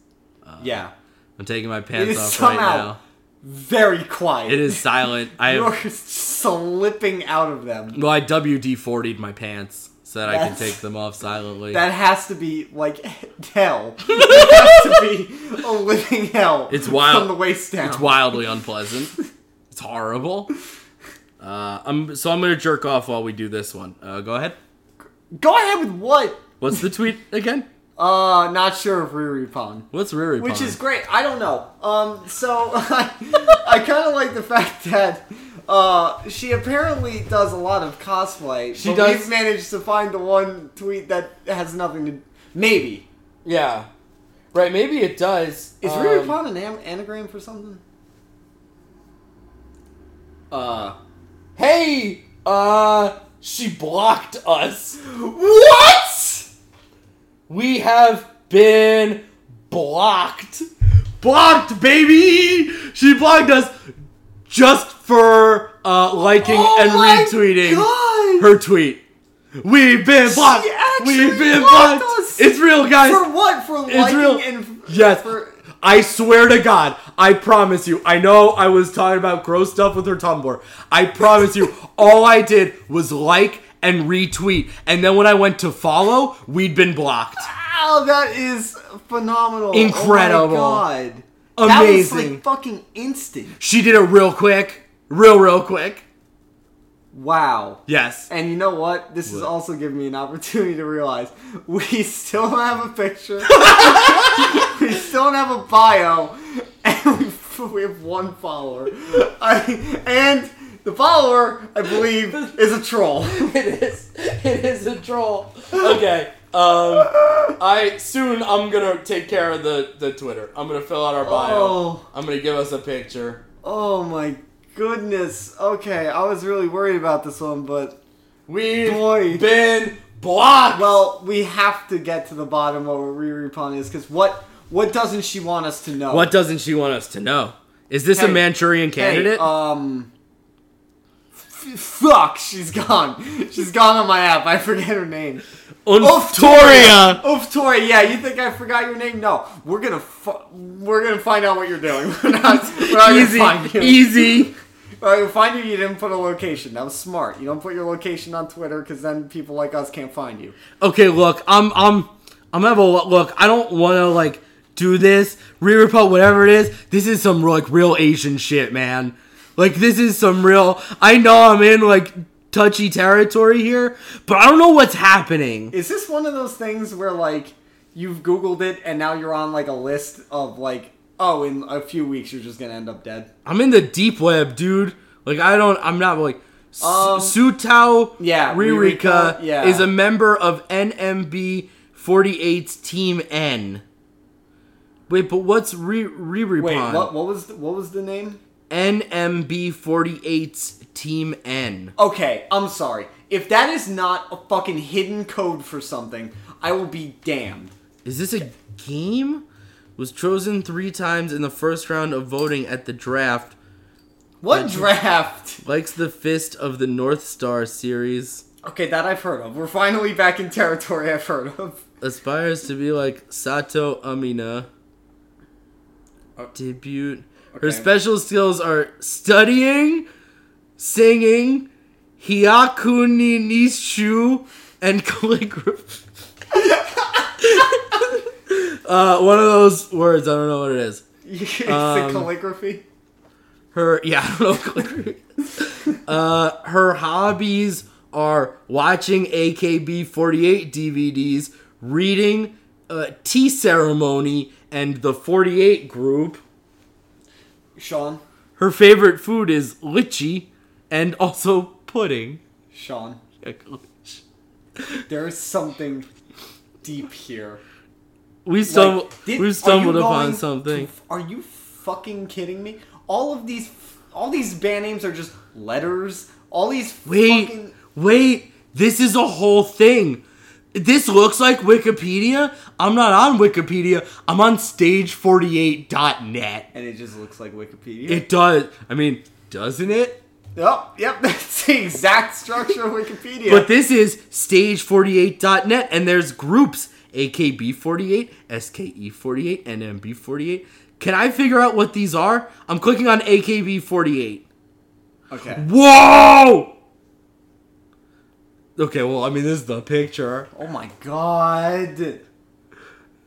[SPEAKER 2] yeah,
[SPEAKER 3] I'm taking my
[SPEAKER 2] it
[SPEAKER 3] pants
[SPEAKER 2] is
[SPEAKER 3] off
[SPEAKER 2] somehow
[SPEAKER 3] right now.
[SPEAKER 2] very quiet.
[SPEAKER 3] It is silent. I have
[SPEAKER 2] You're slipping out of them.
[SPEAKER 3] Well, I WD 40'd my pants so that I can
[SPEAKER 2] That's-
[SPEAKER 3] take them off silently.
[SPEAKER 2] That has to be like hell. That has to be a living hell.
[SPEAKER 3] It's wild.
[SPEAKER 2] from the waist down.
[SPEAKER 3] It's wildly unpleasant. it's horrible. Uh, I'm, so I'm going to jerk off while we do this one. Uh, go ahead.
[SPEAKER 2] Go ahead with what?
[SPEAKER 3] What's the tweet again?
[SPEAKER 2] Uh, not sure of Riri Pond.
[SPEAKER 3] What's Riri
[SPEAKER 2] Which
[SPEAKER 3] Pond?
[SPEAKER 2] is great. I don't know. Um, so I, I kind of like the fact that uh, she apparently does a lot of cosplay. She but
[SPEAKER 3] does-
[SPEAKER 2] We've managed to find the one tweet that has nothing to. Maybe
[SPEAKER 3] Yeah. Right, maybe it does. Um,
[SPEAKER 2] is Riri Pond an am- anagram for something? Uh,
[SPEAKER 3] Hey! Uh, she blocked us.
[SPEAKER 2] what?
[SPEAKER 3] We have been blocked. Blocked, baby! She blocked us just for uh, liking
[SPEAKER 2] Oh
[SPEAKER 3] and
[SPEAKER 2] my
[SPEAKER 3] retweeting
[SPEAKER 2] God.
[SPEAKER 3] her tweet. We've been blocked!
[SPEAKER 2] actually
[SPEAKER 3] We've been
[SPEAKER 2] blocked
[SPEAKER 3] blocked!
[SPEAKER 2] us.
[SPEAKER 3] It's real, guys!
[SPEAKER 2] For what? For liking
[SPEAKER 3] real.
[SPEAKER 2] and
[SPEAKER 3] Yes.
[SPEAKER 2] For,
[SPEAKER 3] I swear to God, I promise you. I know I was talking about gross stuff with her Tumblr. I promise you, all I did was like and retweet. And then when I went to follow, we'd been blocked.
[SPEAKER 2] wow, that is phenomenal!
[SPEAKER 3] Incredible.
[SPEAKER 2] Oh my god! That was
[SPEAKER 3] Amazing.
[SPEAKER 2] like fucking instant.
[SPEAKER 3] She did it real quick. Real, real quick.
[SPEAKER 2] Wow.
[SPEAKER 3] Yes.
[SPEAKER 2] And you know what? This has
[SPEAKER 3] What?
[SPEAKER 2] also given me an opportunity to realize we still don't have a picture. we still don't have a bio, and we, we have one follower. I, and the follower, I believe, is a troll.
[SPEAKER 3] It is. It is a troll. Okay. Um, I soon I'm gonna take care of the the Twitter. I'm gonna fill out our bio.
[SPEAKER 2] Oh.
[SPEAKER 3] I'm gonna give us a picture.
[SPEAKER 2] Oh my goodness. Okay, I was really worried about this one, but
[SPEAKER 3] We've
[SPEAKER 2] Boy.
[SPEAKER 3] been blocked.
[SPEAKER 2] well, we have to get to the bottom of what Riri Pond is because what what doesn't she want us to know?
[SPEAKER 3] What doesn't she want us to know? Is this a
[SPEAKER 2] Hey,
[SPEAKER 3] Manchurian candidate?
[SPEAKER 2] Hey, um. f- Fuck, she's gone. She's gone on my app. I forget her name. Oh,
[SPEAKER 3] Untoria!
[SPEAKER 2] Oof, Tori. Yeah, you think I forgot your name? No, we're gonna fu- we're gonna find out what you're doing. We're not, we're not
[SPEAKER 3] Easy,
[SPEAKER 2] gonna find you.
[SPEAKER 3] easy.
[SPEAKER 2] Well, you find you, you didn't put a location. That was smart. You don't put your location on Twitter because then people like us can't find you.
[SPEAKER 3] Okay, look, I'm, I'm, I'm gonna have a lo- look. I don't want to like do this re-report, whatever it is. This is some like real Asian shit, man. Like this is some real. I know I'm in like touchy territory here, but I don't know what's happening.
[SPEAKER 2] Is this one of those things where, like, you've Googled it and now you're on, like, a list of, like, oh, in a few weeks you're just going to end up dead?
[SPEAKER 3] I'm in the deep web, dude. Like I don't. I'm not like.
[SPEAKER 2] Um,
[SPEAKER 3] Um, Sutao
[SPEAKER 2] yeah,
[SPEAKER 3] Ririka
[SPEAKER 2] Ririka, yeah.
[SPEAKER 3] is a member of NMB 48's Team N. Wait, but what's re Riri
[SPEAKER 2] Wait,
[SPEAKER 3] Pond?
[SPEAKER 2] what, what was the, what was the name?
[SPEAKER 3] NMB 48's Team N.
[SPEAKER 2] Okay, I'm sorry. If that is not a fucking hidden code for something, I will be damned.
[SPEAKER 3] Is this a game? Was chosen three times in the first round of voting at the draft.
[SPEAKER 2] What draft?
[SPEAKER 3] Likes the fist of the North Star series.
[SPEAKER 2] Okay, that I've heard of. We're finally back in territory I've heard of.
[SPEAKER 3] Aspires to be like Sato Amina. Debut. Her
[SPEAKER 2] okay.
[SPEAKER 3] special skills are studying, singing, hyakuni nishu, and calligraphy. uh, one of those words. I don't know what it is.
[SPEAKER 2] it's
[SPEAKER 3] Um,
[SPEAKER 2] the calligraphy.
[SPEAKER 3] Her yeah, I don't know. what calligraphy is. uh, her hobbies are watching AKB48 DVDs, reading, uh, tea ceremony, and the 48 group.
[SPEAKER 2] Sean,
[SPEAKER 3] Her favorite food is lychee, and also pudding.
[SPEAKER 2] Sean,
[SPEAKER 3] We
[SPEAKER 2] there is something deep here.
[SPEAKER 3] stum-
[SPEAKER 2] Like, did- are
[SPEAKER 3] we
[SPEAKER 2] you
[SPEAKER 3] stumbled upon
[SPEAKER 2] going
[SPEAKER 3] something.
[SPEAKER 2] to- are you fucking kidding me? All of these, all these band names are just letters. All these
[SPEAKER 3] Wait,
[SPEAKER 2] fucking.
[SPEAKER 3] wait. This is a whole thing. This looks like Wikipedia. I'm not on Wikipedia. I'm on stage48.net.
[SPEAKER 2] And it just looks like Wikipedia.
[SPEAKER 3] It does. I mean, doesn't it?
[SPEAKER 2] oh, yep, that's the exact structure of Wikipedia.
[SPEAKER 3] But this is stage48.net, and there's groups AKB48, E SKE48, NMB48. Can I figure out what these are? I'm clicking on AKB48.
[SPEAKER 2] okay.
[SPEAKER 3] Whoa! Okay, well, I mean, this is the picture.
[SPEAKER 2] Oh my god.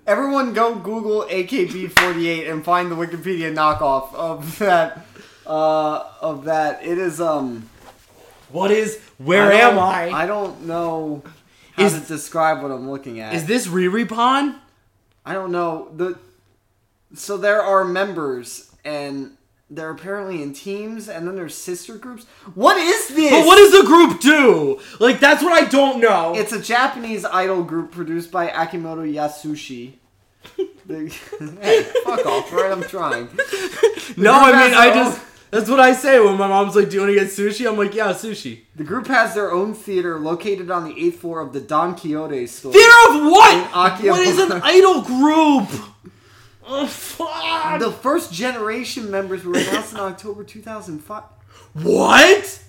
[SPEAKER 2] Everyone go Google AKB48 and find the Wikipedia knockoff of that uh of that. It is um
[SPEAKER 3] What is? Where
[SPEAKER 2] don't-
[SPEAKER 3] am I?
[SPEAKER 2] I don't know how
[SPEAKER 3] Is-
[SPEAKER 2] to describe what I'm looking at.
[SPEAKER 3] Is this Riri Pond?
[SPEAKER 2] I don't know. The so there are members and they're apparently in teams and then there's sister groups. What is this?
[SPEAKER 3] But what does the group do? Like, that's what I don't know.
[SPEAKER 2] It's a Japanese idol group produced by Akimoto Yasushi. They- hey, fuck off, right? I'm trying.
[SPEAKER 3] no, I mean, I
[SPEAKER 2] Professor.
[SPEAKER 3] just. That's what I say when my mom's like, do you want to get sushi? I'm like, yeah, sushi.
[SPEAKER 2] The group has their own theater located on the eighth floor of the Don Quixote store.
[SPEAKER 3] Fear of
[SPEAKER 2] In
[SPEAKER 3] what?
[SPEAKER 2] Akihabara.
[SPEAKER 3] What is an idol group? Oh, fuck.
[SPEAKER 2] The first generation members were announced in October 2005.
[SPEAKER 3] What?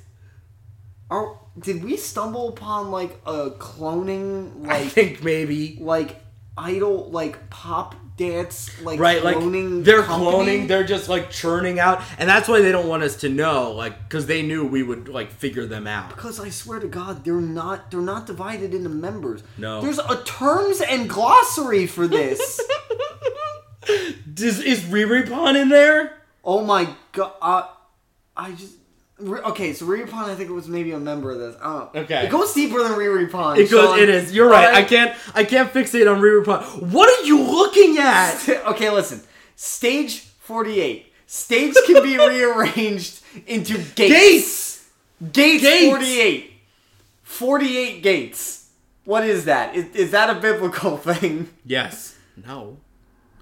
[SPEAKER 2] Are, did we stumble upon like a cloning
[SPEAKER 3] I
[SPEAKER 2] like
[SPEAKER 3] think maybe.
[SPEAKER 2] like idol like pop dance like
[SPEAKER 3] Right, like
[SPEAKER 2] cloning
[SPEAKER 3] they're
[SPEAKER 2] company?
[SPEAKER 3] cloning, they're just like churning out, and that's why they don't want us to know, like, because they knew we would like figure them out.
[SPEAKER 2] Because I swear to God, they're not they're not divided into members.
[SPEAKER 3] No.
[SPEAKER 2] There's a terms and glossary for this.
[SPEAKER 3] Does, is Riri Pond in there?
[SPEAKER 2] oh my god. Uh, I just Ri- Okay, so Riri Pond, I think it was maybe a member of this. I don't know.
[SPEAKER 3] Okay.
[SPEAKER 2] It goes deeper than Riri Pond.
[SPEAKER 3] It goes.
[SPEAKER 2] Sean.
[SPEAKER 3] It is. You're right. I
[SPEAKER 2] Alright.
[SPEAKER 3] can't. I can't fixate on Riri Pond. What are you looking at?
[SPEAKER 2] okay, listen. Stage 48. Stage can be rearranged into gates.
[SPEAKER 3] Gates.
[SPEAKER 2] Gates,
[SPEAKER 3] Gates.
[SPEAKER 2] 48. 48 gates. What is that? Is, is that a biblical thing?
[SPEAKER 3] Yes. No.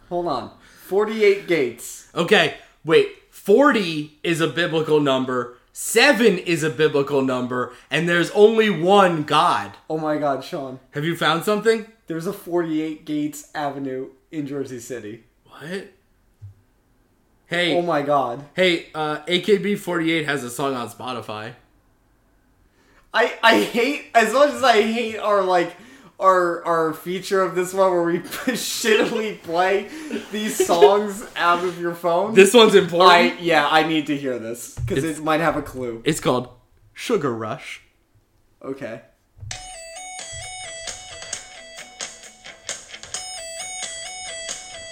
[SPEAKER 2] Hold on. 48 gates.
[SPEAKER 3] Okay, wait. 40 is a biblical number, 7 is a biblical number, and there's only one God.
[SPEAKER 2] Oh my god, Sean.
[SPEAKER 3] Have you found something?
[SPEAKER 2] There's a 48 gates avenue in Jersey City.
[SPEAKER 3] What? Hey,
[SPEAKER 2] Oh my god.
[SPEAKER 3] hey, uh, AKB48 has a song on Spotify.
[SPEAKER 2] I I hate as much as I hate our like our our feature of this one where we shittily play these songs out of your phone.
[SPEAKER 3] This one's important.
[SPEAKER 2] I yeah, I need to hear this cuz
[SPEAKER 3] It's-
[SPEAKER 2] it might have a clue.
[SPEAKER 3] It's called Sugar Rush.
[SPEAKER 2] Okay.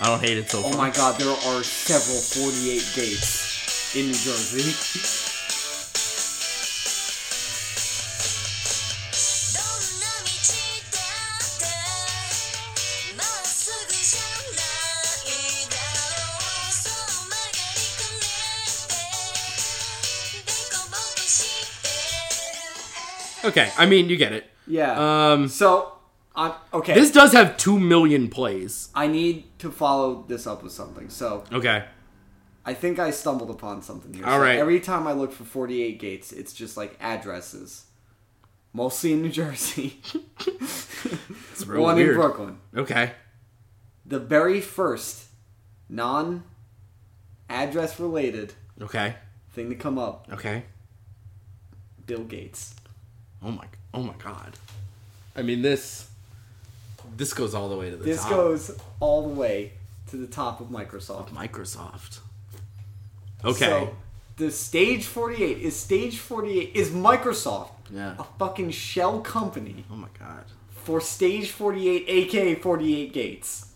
[SPEAKER 3] I don't hate it so far.
[SPEAKER 2] Oh my god, there are several 48 gates in New Jersey.
[SPEAKER 3] Okay, I mean, you get it.
[SPEAKER 2] Yeah.
[SPEAKER 3] Um,
[SPEAKER 2] so I'm, okay.
[SPEAKER 3] This does have two million plays.
[SPEAKER 2] I need to follow this up with something. So
[SPEAKER 3] Okay.
[SPEAKER 2] I think I stumbled upon something here.
[SPEAKER 3] All
[SPEAKER 2] So
[SPEAKER 3] right.
[SPEAKER 2] Every time I look for 48 gates, it's just like addresses. Mostly in New Jersey.
[SPEAKER 3] It's real
[SPEAKER 2] One in
[SPEAKER 3] weird.
[SPEAKER 2] Brooklyn.
[SPEAKER 3] Okay.
[SPEAKER 2] The very first non address related
[SPEAKER 3] Okay.
[SPEAKER 2] thing to come up
[SPEAKER 3] Okay.
[SPEAKER 2] Bill Gates.
[SPEAKER 3] Oh my. Oh my God. I mean this. This goes all the way to the
[SPEAKER 2] This
[SPEAKER 3] top.
[SPEAKER 2] goes all the way to the top of Microsoft.
[SPEAKER 3] Microsoft. Okay.
[SPEAKER 2] So the stage 48 is stage 48 is Microsoft.
[SPEAKER 3] Yeah.
[SPEAKER 2] A fucking shell company
[SPEAKER 3] oh my God.
[SPEAKER 2] for stage 48 aka 48 gates.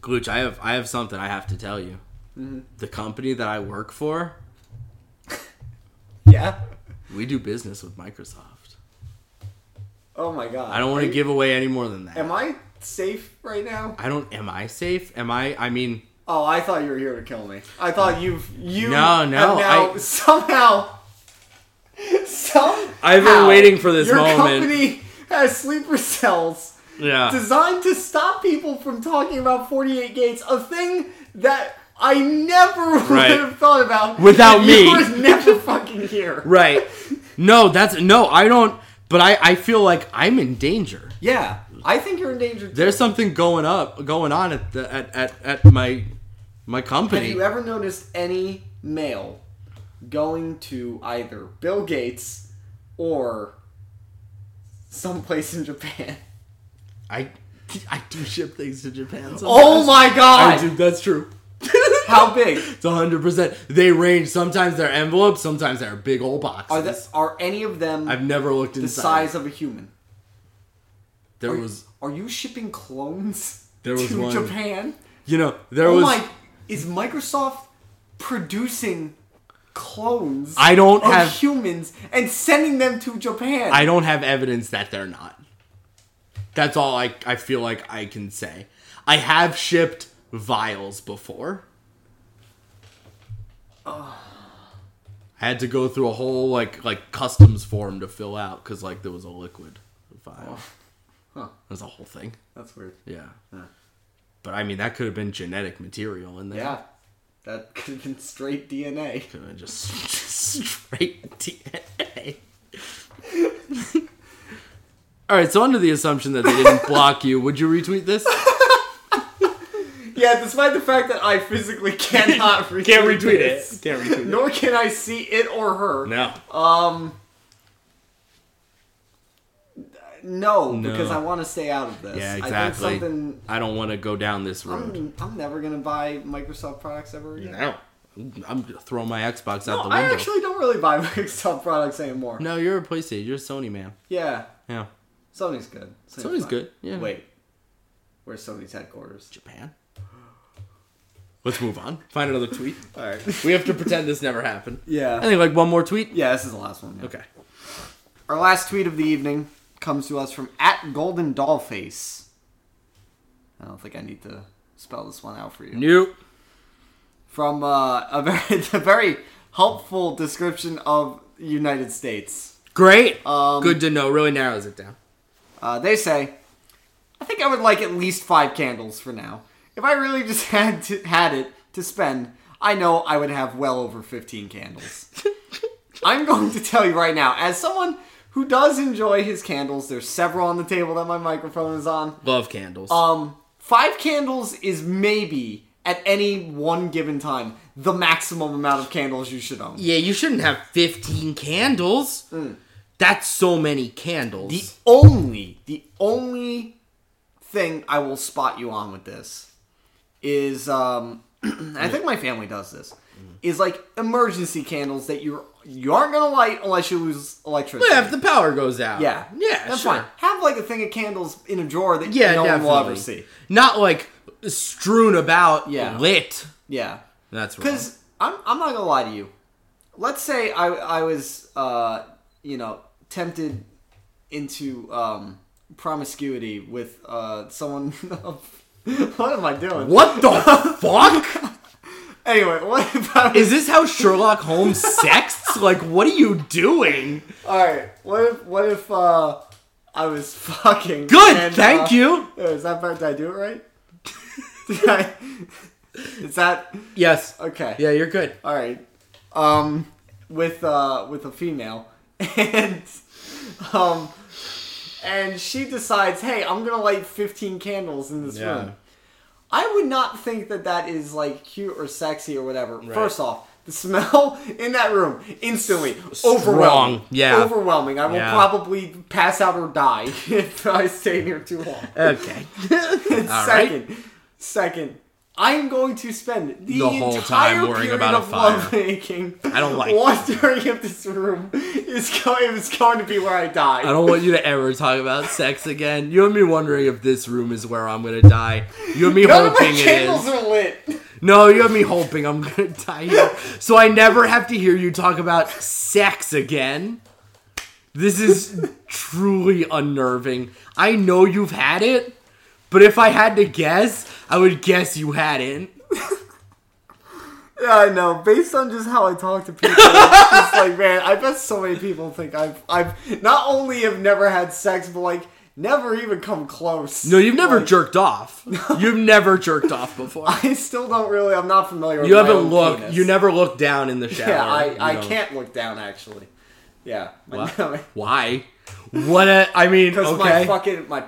[SPEAKER 3] Glooch, I have I have something I have to tell you.
[SPEAKER 2] Mm-hmm.
[SPEAKER 3] The company that I work for,
[SPEAKER 2] Yeah.
[SPEAKER 3] we do business with Microsoft.
[SPEAKER 2] Oh my god.
[SPEAKER 3] I don't want to give away any more than that.
[SPEAKER 2] Am I safe right now?
[SPEAKER 3] I don't. Am I safe? Am I? I mean,
[SPEAKER 2] Oh, I thought you were here to kill me. I thought you've you
[SPEAKER 3] No, no,
[SPEAKER 2] have now
[SPEAKER 3] I-
[SPEAKER 2] somehow somehow
[SPEAKER 3] I've been waiting for this
[SPEAKER 2] your
[SPEAKER 3] moment.
[SPEAKER 2] company has sleeper cells
[SPEAKER 3] yeah.
[SPEAKER 2] designed to stop people from talking about 48 gates, a thing that I never
[SPEAKER 3] Right.
[SPEAKER 2] would have thought about
[SPEAKER 3] Without
[SPEAKER 2] if
[SPEAKER 3] me.
[SPEAKER 2] You were never fucking here.
[SPEAKER 3] right. No, that's no. I don't. But I I feel like I'm in danger.
[SPEAKER 2] Yeah, I think you're in danger. Too.
[SPEAKER 3] There's something going up, going on at the at at, at my my
[SPEAKER 2] Have
[SPEAKER 3] company.
[SPEAKER 2] you ever noticed any mail going to either Bill Gates or someplace in Japan?
[SPEAKER 3] I I do ship things to Japan. Sometimes.
[SPEAKER 2] Oh my
[SPEAKER 3] I
[SPEAKER 2] god!
[SPEAKER 3] do. That's true.
[SPEAKER 2] How big
[SPEAKER 3] It's hundred percent. They range. Sometimes they're envelopes. Sometimes they're big old boxes.
[SPEAKER 2] are the, are any of them
[SPEAKER 3] I've never looked
[SPEAKER 2] the
[SPEAKER 3] inside.
[SPEAKER 2] size of a human?
[SPEAKER 3] there was,
[SPEAKER 2] Are you shipping clones
[SPEAKER 3] There was
[SPEAKER 2] to
[SPEAKER 3] one-
[SPEAKER 2] Japan?
[SPEAKER 3] you know, there
[SPEAKER 2] oh
[SPEAKER 3] was.
[SPEAKER 2] my! Is Microsoft producing clones?
[SPEAKER 3] I don't
[SPEAKER 2] of
[SPEAKER 3] have-
[SPEAKER 2] humans and sending them to Japan.
[SPEAKER 3] I don't have evidence that they're not. That's all I I feel like I can say. I have shipped vials before. I had to go through a whole like like customs form to fill out because like there was a liquid vial.
[SPEAKER 2] Huh.
[SPEAKER 3] That's a whole thing.
[SPEAKER 2] That's weird.
[SPEAKER 3] Yeah. But I mean that could have been genetic material in there.
[SPEAKER 2] Yeah, that could have been straight DNA.
[SPEAKER 3] Could have been just, just straight DNA. All right, so under the assumption that they didn't block you, would you retweet this?
[SPEAKER 2] Yeah, despite the fact that I physically cannot retweet, this,
[SPEAKER 3] Can't retweet
[SPEAKER 2] nor can I see it or her. Um,
[SPEAKER 3] No.
[SPEAKER 2] No,
[SPEAKER 3] No.
[SPEAKER 2] because I want to stay out of this.
[SPEAKER 3] yeah,
[SPEAKER 2] I think
[SPEAKER 3] exactly. I,
[SPEAKER 2] something.
[SPEAKER 3] don't want to go down this road.
[SPEAKER 2] I'm, I'm never gonna buy Microsoft products ever again.
[SPEAKER 3] No. I'm gonna throw my Xbox out the
[SPEAKER 2] No, I
[SPEAKER 3] window.
[SPEAKER 2] actually don't really buy Microsoft products anymore.
[SPEAKER 3] no, you're a PlayStation. You're a Sony man.
[SPEAKER 2] Yeah,
[SPEAKER 3] Yeah.
[SPEAKER 2] Sony's good. Sony's,
[SPEAKER 3] Sony's
[SPEAKER 2] fine.
[SPEAKER 3] good, yeah.
[SPEAKER 2] Wait, where's Sony's headquarters?
[SPEAKER 3] Japan. Let's move on. Find another tweet.
[SPEAKER 2] All right.
[SPEAKER 3] We have to pretend this never happened.
[SPEAKER 2] Yeah.
[SPEAKER 3] I think like one more tweet.
[SPEAKER 2] Yeah, this is the last one. yeah.
[SPEAKER 3] Okay.
[SPEAKER 2] Our last tweet of the evening comes to us from at Golden Dollface. I don't think I need to spell this one out for you.
[SPEAKER 3] Nope.
[SPEAKER 2] From uh, a very the very helpful description of United States.
[SPEAKER 3] Great.
[SPEAKER 2] Um,
[SPEAKER 3] Good to know. Really narrows it down.
[SPEAKER 2] Uh, they say, I think I would like at least five candles for now. If I really just had to, had it to spend, I know I would have well over 15 candles. I'm going to tell you right now, as someone who does enjoy his candles, there's several on the table that my microphone is on.
[SPEAKER 3] Love candles.
[SPEAKER 2] Um, five candles is maybe at any one given time the maximum amount of candles you should own.
[SPEAKER 3] yeah, you shouldn't have 15 candles. That's so many candles.
[SPEAKER 2] Mm. The only, the only thing I will spot you on with this is, um, I think my family does this,
[SPEAKER 3] Mm-hmm.
[SPEAKER 2] is like emergency candles that you're you aren't gonna light unless you lose electricity.
[SPEAKER 3] yeah, if the power goes out.
[SPEAKER 2] yeah,
[SPEAKER 3] Yeah,
[SPEAKER 2] that's
[SPEAKER 3] sure.
[SPEAKER 2] fine. Have like a thing of candles in a drawer that
[SPEAKER 3] Yeah,
[SPEAKER 2] no
[SPEAKER 3] definitely.
[SPEAKER 2] one will ever see.
[SPEAKER 3] Not like strewn about,
[SPEAKER 2] Yeah.
[SPEAKER 3] lit.
[SPEAKER 2] Yeah,
[SPEAKER 3] That's wrong.
[SPEAKER 2] Because I'm, I'm not gonna lie to you. Let's say I I was uh you know tempted into um promiscuity with uh someone. what am I doing?
[SPEAKER 3] What the fuck?
[SPEAKER 2] Anyway, what if I was,
[SPEAKER 3] Is this how Sherlock Holmes sexts? Like, what are you doing?
[SPEAKER 2] all right? What if what if uh I was fucking
[SPEAKER 1] Good,
[SPEAKER 2] and,
[SPEAKER 1] thank
[SPEAKER 2] uh,
[SPEAKER 1] you.
[SPEAKER 2] yeah, Is that part? Did I do it right? Did I, is that
[SPEAKER 3] Yes.
[SPEAKER 2] okay?
[SPEAKER 3] Yeah, you're good.
[SPEAKER 2] All right. Um, with uh, with a female, and um, and she decides, hey, I'm gonna light 15 candles in this
[SPEAKER 3] Yeah.
[SPEAKER 2] room. I would not think that that is like cute or sexy or whatever. First off, the smell in that room instantly overwhelming.
[SPEAKER 3] yeah.
[SPEAKER 2] overwhelming. I will
[SPEAKER 3] Yeah.
[SPEAKER 2] probably pass out or die if I stay here too long.
[SPEAKER 3] Okay. All right.
[SPEAKER 2] second, second, I'm going to spend the,
[SPEAKER 3] The whole
[SPEAKER 2] entire
[SPEAKER 3] time worrying
[SPEAKER 2] period
[SPEAKER 3] about a
[SPEAKER 2] of
[SPEAKER 3] fire.
[SPEAKER 2] lovemaking.
[SPEAKER 3] I don't like
[SPEAKER 2] wondering if this room is going is going to be where I die.
[SPEAKER 3] I don't want you to ever talk about sex again. You and me wondering if this room is where I'm gonna die. You and me
[SPEAKER 2] None of my
[SPEAKER 3] hoping it
[SPEAKER 2] candles
[SPEAKER 3] is.
[SPEAKER 2] are lit.
[SPEAKER 3] No, you have me hoping I'm gonna die here. So I never have to hear you talk about sex again. This is truly unnerving. I know you've had it, but if I had to guess, I would guess you hadn't.
[SPEAKER 2] Yeah, I know. Based on just how I talk to people, it's just like man, I bet so many people think I've I've not only have never had sex, but like never even come close.
[SPEAKER 3] No, you've never
[SPEAKER 2] Like,
[SPEAKER 3] jerked off. You've never jerked off before.
[SPEAKER 2] I still don't really. I'm not familiar. with
[SPEAKER 3] You
[SPEAKER 2] my
[SPEAKER 3] haven't
[SPEAKER 2] own
[SPEAKER 3] looked.
[SPEAKER 2] penis.
[SPEAKER 3] You never looked down in the shower.
[SPEAKER 2] Yeah,
[SPEAKER 3] You
[SPEAKER 2] I, I
[SPEAKER 3] don't.
[SPEAKER 2] can't look down actually. Yeah, my
[SPEAKER 3] Why? Why? What? A, I mean,
[SPEAKER 2] Because
[SPEAKER 3] okay.
[SPEAKER 2] my fucking my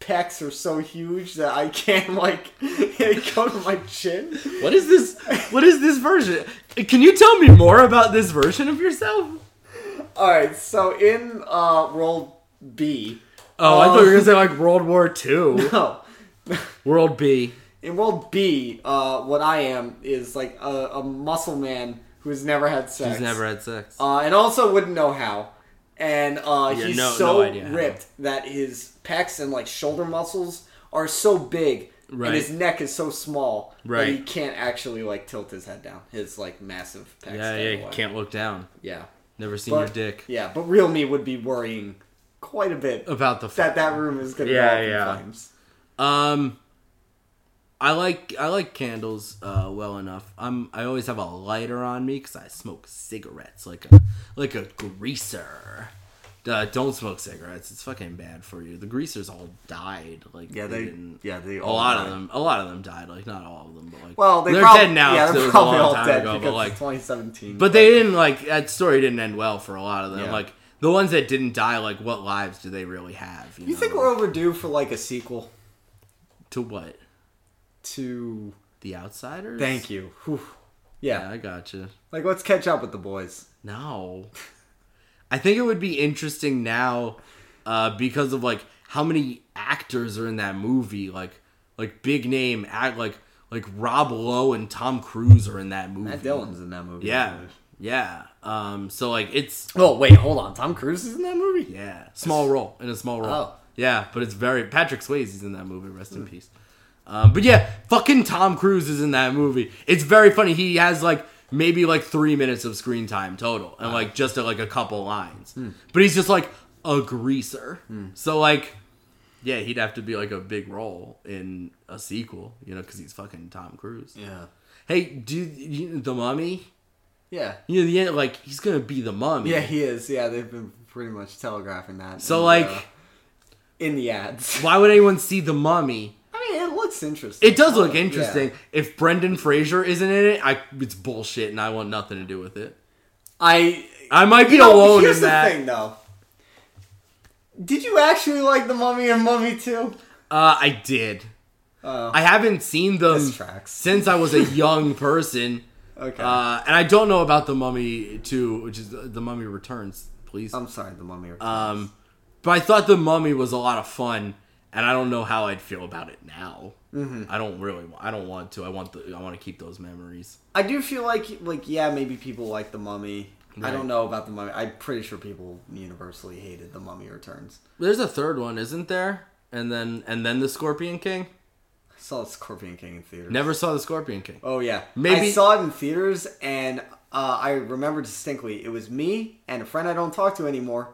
[SPEAKER 2] pecs are so huge that I can't like it go to my chin.
[SPEAKER 3] what is this? What is this version? Can you tell me more about this version of yourself?
[SPEAKER 2] All right, so in uh roll B,
[SPEAKER 3] Oh, I thought
[SPEAKER 2] Um,
[SPEAKER 3] you were gonna say like World War II,
[SPEAKER 2] no,
[SPEAKER 3] World B.
[SPEAKER 2] in roll B, uh, what I am is like a, a muscle man who's never had sex.
[SPEAKER 3] had sex.
[SPEAKER 2] uh, and also wouldn't know how. And uh,
[SPEAKER 3] Yeah,
[SPEAKER 2] he's
[SPEAKER 3] no-
[SPEAKER 2] so
[SPEAKER 3] no idea how.
[SPEAKER 2] ripped that his pecs and like shoulder muscles are so big,
[SPEAKER 3] Right.
[SPEAKER 2] and his neck is so small that he
[SPEAKER 3] Right.
[SPEAKER 2] can't actually like tilt his head down. His like massive pecs.
[SPEAKER 3] yeah,
[SPEAKER 2] go
[SPEAKER 3] yeah. You
[SPEAKER 2] away.
[SPEAKER 3] can't look down.
[SPEAKER 2] Yeah,
[SPEAKER 3] Never seen your
[SPEAKER 2] but,
[SPEAKER 3] dick.
[SPEAKER 2] Yeah, but real me would be worrying quite a bit
[SPEAKER 3] About the
[SPEAKER 2] that that room is gonna
[SPEAKER 3] Yeah,
[SPEAKER 2] go up in
[SPEAKER 3] yeah.
[SPEAKER 2] flames.
[SPEAKER 3] Um, I like I like candles uh, well enough. I'm I always have a lighter on me because I smoke cigarettes like a like a greaser. Uh, don't smoke cigarettes; it's fucking bad for you. The greasers all died. Like
[SPEAKER 2] Yeah, they.
[SPEAKER 3] didn't-
[SPEAKER 2] Yeah, they.
[SPEAKER 3] a lot of them. A lot of them died. Like not all of them, but like
[SPEAKER 2] Well, they
[SPEAKER 3] are
[SPEAKER 2] prob-
[SPEAKER 3] dead now.
[SPEAKER 2] Yeah,
[SPEAKER 3] 'cause
[SPEAKER 2] they're
[SPEAKER 3] it was a
[SPEAKER 2] probably
[SPEAKER 3] long
[SPEAKER 2] all
[SPEAKER 3] time
[SPEAKER 2] dead
[SPEAKER 3] ago,
[SPEAKER 2] because
[SPEAKER 3] but like
[SPEAKER 2] it's 2017.
[SPEAKER 3] but they didn't like that story didn't end well for a lot of them.
[SPEAKER 2] Yeah.
[SPEAKER 3] Like the ones that didn't die, like what lives do they really have?
[SPEAKER 2] you think we're overdue for like a sequel
[SPEAKER 3] to what?
[SPEAKER 2] to?
[SPEAKER 3] The Outsiders.
[SPEAKER 2] Thank you. Whew.
[SPEAKER 3] Yeah,
[SPEAKER 2] Yeah.
[SPEAKER 3] I gotcha.
[SPEAKER 2] Like, let's catch up with the boys.
[SPEAKER 3] No. I think it would be interesting now uh, because of like how many actors are in that movie, like like big name act like like Rob Lowe and Tom Cruise are in that movie.
[SPEAKER 2] Matt Dillon's in that movie.
[SPEAKER 3] Mm-hmm. Yeah. Yeah. Um so like it's
[SPEAKER 2] Oh, wait, hold on. Tom Cruise is in that movie?
[SPEAKER 3] yeah, small role in a small role.
[SPEAKER 2] Oh.
[SPEAKER 3] Yeah, but it's very Patrick Swayze's in that movie. Rest in peace. Um, but yeah, fucking Tom Cruise is in that movie. It's very funny. He has like maybe like three minutes of screen time total, and like just uh, like a couple lines.
[SPEAKER 2] Hmm.
[SPEAKER 3] But he's just like a greaser. So like, yeah, he'd have to be like a big role in a sequel, you know, because he's fucking Tom Cruise.
[SPEAKER 2] Yeah.
[SPEAKER 3] Hey, do you, you- the Mummy?
[SPEAKER 2] Yeah.
[SPEAKER 3] You know, the end, like he's gonna be the Mummy.
[SPEAKER 2] Yeah, he is. Yeah, they've been pretty much telegraphing that.
[SPEAKER 3] So
[SPEAKER 2] in,
[SPEAKER 3] like,
[SPEAKER 2] uh, in the ads.
[SPEAKER 3] why would anyone see the Mummy?
[SPEAKER 2] I mean, it looks interesting.
[SPEAKER 3] It does look
[SPEAKER 2] Um, Yeah.
[SPEAKER 3] interesting. If Brendan Fraser isn't in it, I it's bullshit, and I want nothing to do with it.
[SPEAKER 2] I.
[SPEAKER 3] I might be
[SPEAKER 2] No,
[SPEAKER 3] alone
[SPEAKER 2] here's
[SPEAKER 3] in
[SPEAKER 2] the
[SPEAKER 3] that.
[SPEAKER 2] thing, though. Did you actually like The Mummy and Mummy 2?
[SPEAKER 3] Uh, I did.
[SPEAKER 2] Oh.
[SPEAKER 3] I haven't seen them
[SPEAKER 2] This tracks.
[SPEAKER 3] since I was a young person,
[SPEAKER 2] Okay.
[SPEAKER 3] uh, and I don't know about the Mummy Two, which is the Mummy Returns. Please,
[SPEAKER 2] I'm sorry, The Mummy.
[SPEAKER 3] um, but I thought the Mummy was a lot of fun, and I don't know how I'd feel about it now.
[SPEAKER 2] Mm-hmm.
[SPEAKER 3] I don't really. wa- I don't want to. I want the. I want to keep those memories.
[SPEAKER 2] I do feel like like yeah, maybe people like the mummy. I
[SPEAKER 3] Right.
[SPEAKER 2] don't know about the mummy. I'm pretty sure people universally hated the mummy returns.
[SPEAKER 3] There's a third one, isn't there? And then and then the Scorpion King.
[SPEAKER 2] I saw Scorpion King in theaters.
[SPEAKER 3] Never saw the Scorpion King.
[SPEAKER 2] Oh yeah.
[SPEAKER 3] Maybe-
[SPEAKER 2] I saw it in theaters and uh, I remember distinctly it was me and a friend I don't talk to anymore.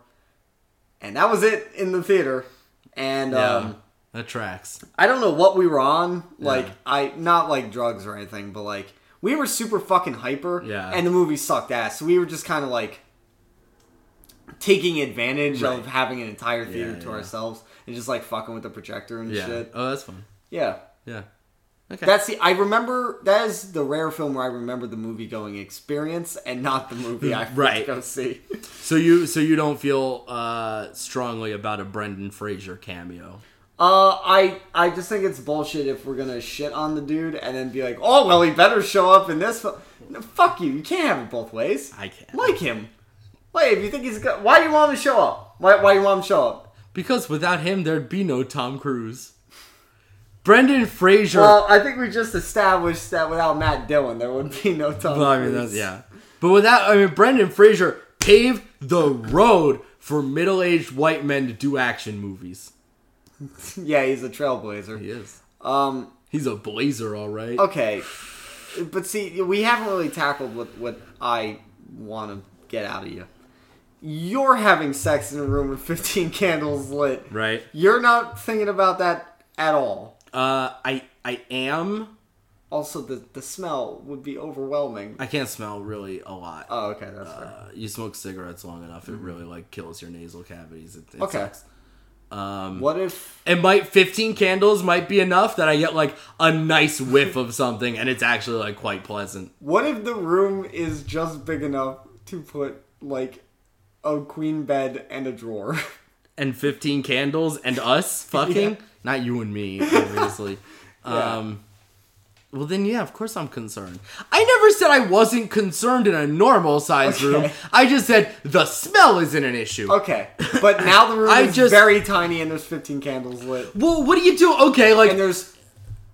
[SPEAKER 2] And that was it in the theater. And um,
[SPEAKER 3] that tracks.
[SPEAKER 2] I don't know what we were on. Like I not like drugs or anything, but like we were super fucking hyper.
[SPEAKER 3] Yeah.
[SPEAKER 2] And the movie sucked ass. So we were just kind of like, taking advantage of
[SPEAKER 3] Right.
[SPEAKER 2] having an entire theater
[SPEAKER 3] Yeah,
[SPEAKER 2] to
[SPEAKER 3] yeah.
[SPEAKER 2] ourselves and just like fucking with the projector and
[SPEAKER 3] Yeah.
[SPEAKER 2] shit.
[SPEAKER 3] Oh, that's fun.
[SPEAKER 2] Yeah.
[SPEAKER 3] Yeah. Okay.
[SPEAKER 2] That's the I remember that is the rare film where I remember the movie going experience and not the movie I
[SPEAKER 3] Mm, Right.
[SPEAKER 2] right. go see.
[SPEAKER 3] so you so you don't feel uh strongly about a Brendan Fraser cameo.
[SPEAKER 2] Uh, I I just think it's bullshit if we're gonna shit on the dude and then be like, oh well, he better show up in this. Film. No, fuck you! You can't have it both ways.
[SPEAKER 3] I can.
[SPEAKER 2] like him. Like if you think he's good, why do you want him to show up? Why why do you want him to show up?
[SPEAKER 3] Because without him there'd be no Tom Cruise. Brendan Fraser
[SPEAKER 2] Well, I think we just established that without Matt Dillon, there would be no Tom.
[SPEAKER 3] Well, I mean,
[SPEAKER 2] Cruise.
[SPEAKER 3] that's yeah. But with that, I mean, Brendan Fraser paved the road for middle-aged white men to do action movies.
[SPEAKER 2] yeah, he's a trailblazer.
[SPEAKER 3] He is.
[SPEAKER 2] Um,
[SPEAKER 3] He's a blazer, all right.
[SPEAKER 2] okay, but see, we haven't really tackled what what I want to get out of you. You're having sex in a room with 15 candles lit.
[SPEAKER 3] Right.
[SPEAKER 2] You're not thinking about that at all.
[SPEAKER 3] Uh, I I am.
[SPEAKER 2] Also, the the smell would be overwhelming.
[SPEAKER 3] I can't smell really a lot.
[SPEAKER 2] Oh, okay, that's fair.
[SPEAKER 3] Uh, you smoke cigarettes long enough, it really like kills your nasal cavities. It, it
[SPEAKER 2] Mm-hmm. Okay.
[SPEAKER 3] sucks. Um,
[SPEAKER 2] What if
[SPEAKER 3] It might fifteen candles might be enough that I get like a nice whiff of something, and it's actually like quite pleasant.
[SPEAKER 2] what if the room is just big enough to put like a queen bed and a drawer?
[SPEAKER 3] and 15 candles and us fucking
[SPEAKER 2] Yeah.
[SPEAKER 3] not you and me obviously
[SPEAKER 2] Yeah.
[SPEAKER 3] um well then yeah of course i'm concerned i never said i wasn't concerned in a normal size
[SPEAKER 2] Okay.
[SPEAKER 3] room i just said the smell isn't an issue
[SPEAKER 2] okay, but now the room
[SPEAKER 3] I
[SPEAKER 2] is
[SPEAKER 3] just-
[SPEAKER 2] very tiny and there's 15 candles lit
[SPEAKER 3] well what do you do okay
[SPEAKER 2] and
[SPEAKER 3] like
[SPEAKER 2] there's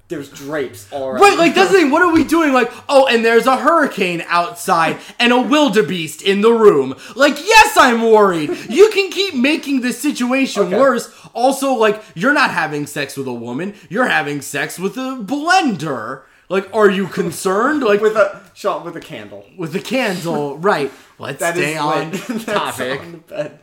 [SPEAKER 2] there's drapes all around.
[SPEAKER 3] Right, like that's the thing. What are we doing? Like, oh, and there's a hurricane outside and a wildebeest in the room. Like, yes, I'm worried. You can keep making the situation
[SPEAKER 2] Okay.
[SPEAKER 3] worse. Also, like, you're not having sex with a woman. You're having sex with a blender. Like, are you concerned? Like,
[SPEAKER 2] with a shot with a candle.
[SPEAKER 3] with the candle, right? Let's
[SPEAKER 2] That is
[SPEAKER 3] stay on
[SPEAKER 2] lit. That's
[SPEAKER 3] topic.
[SPEAKER 2] on the bed.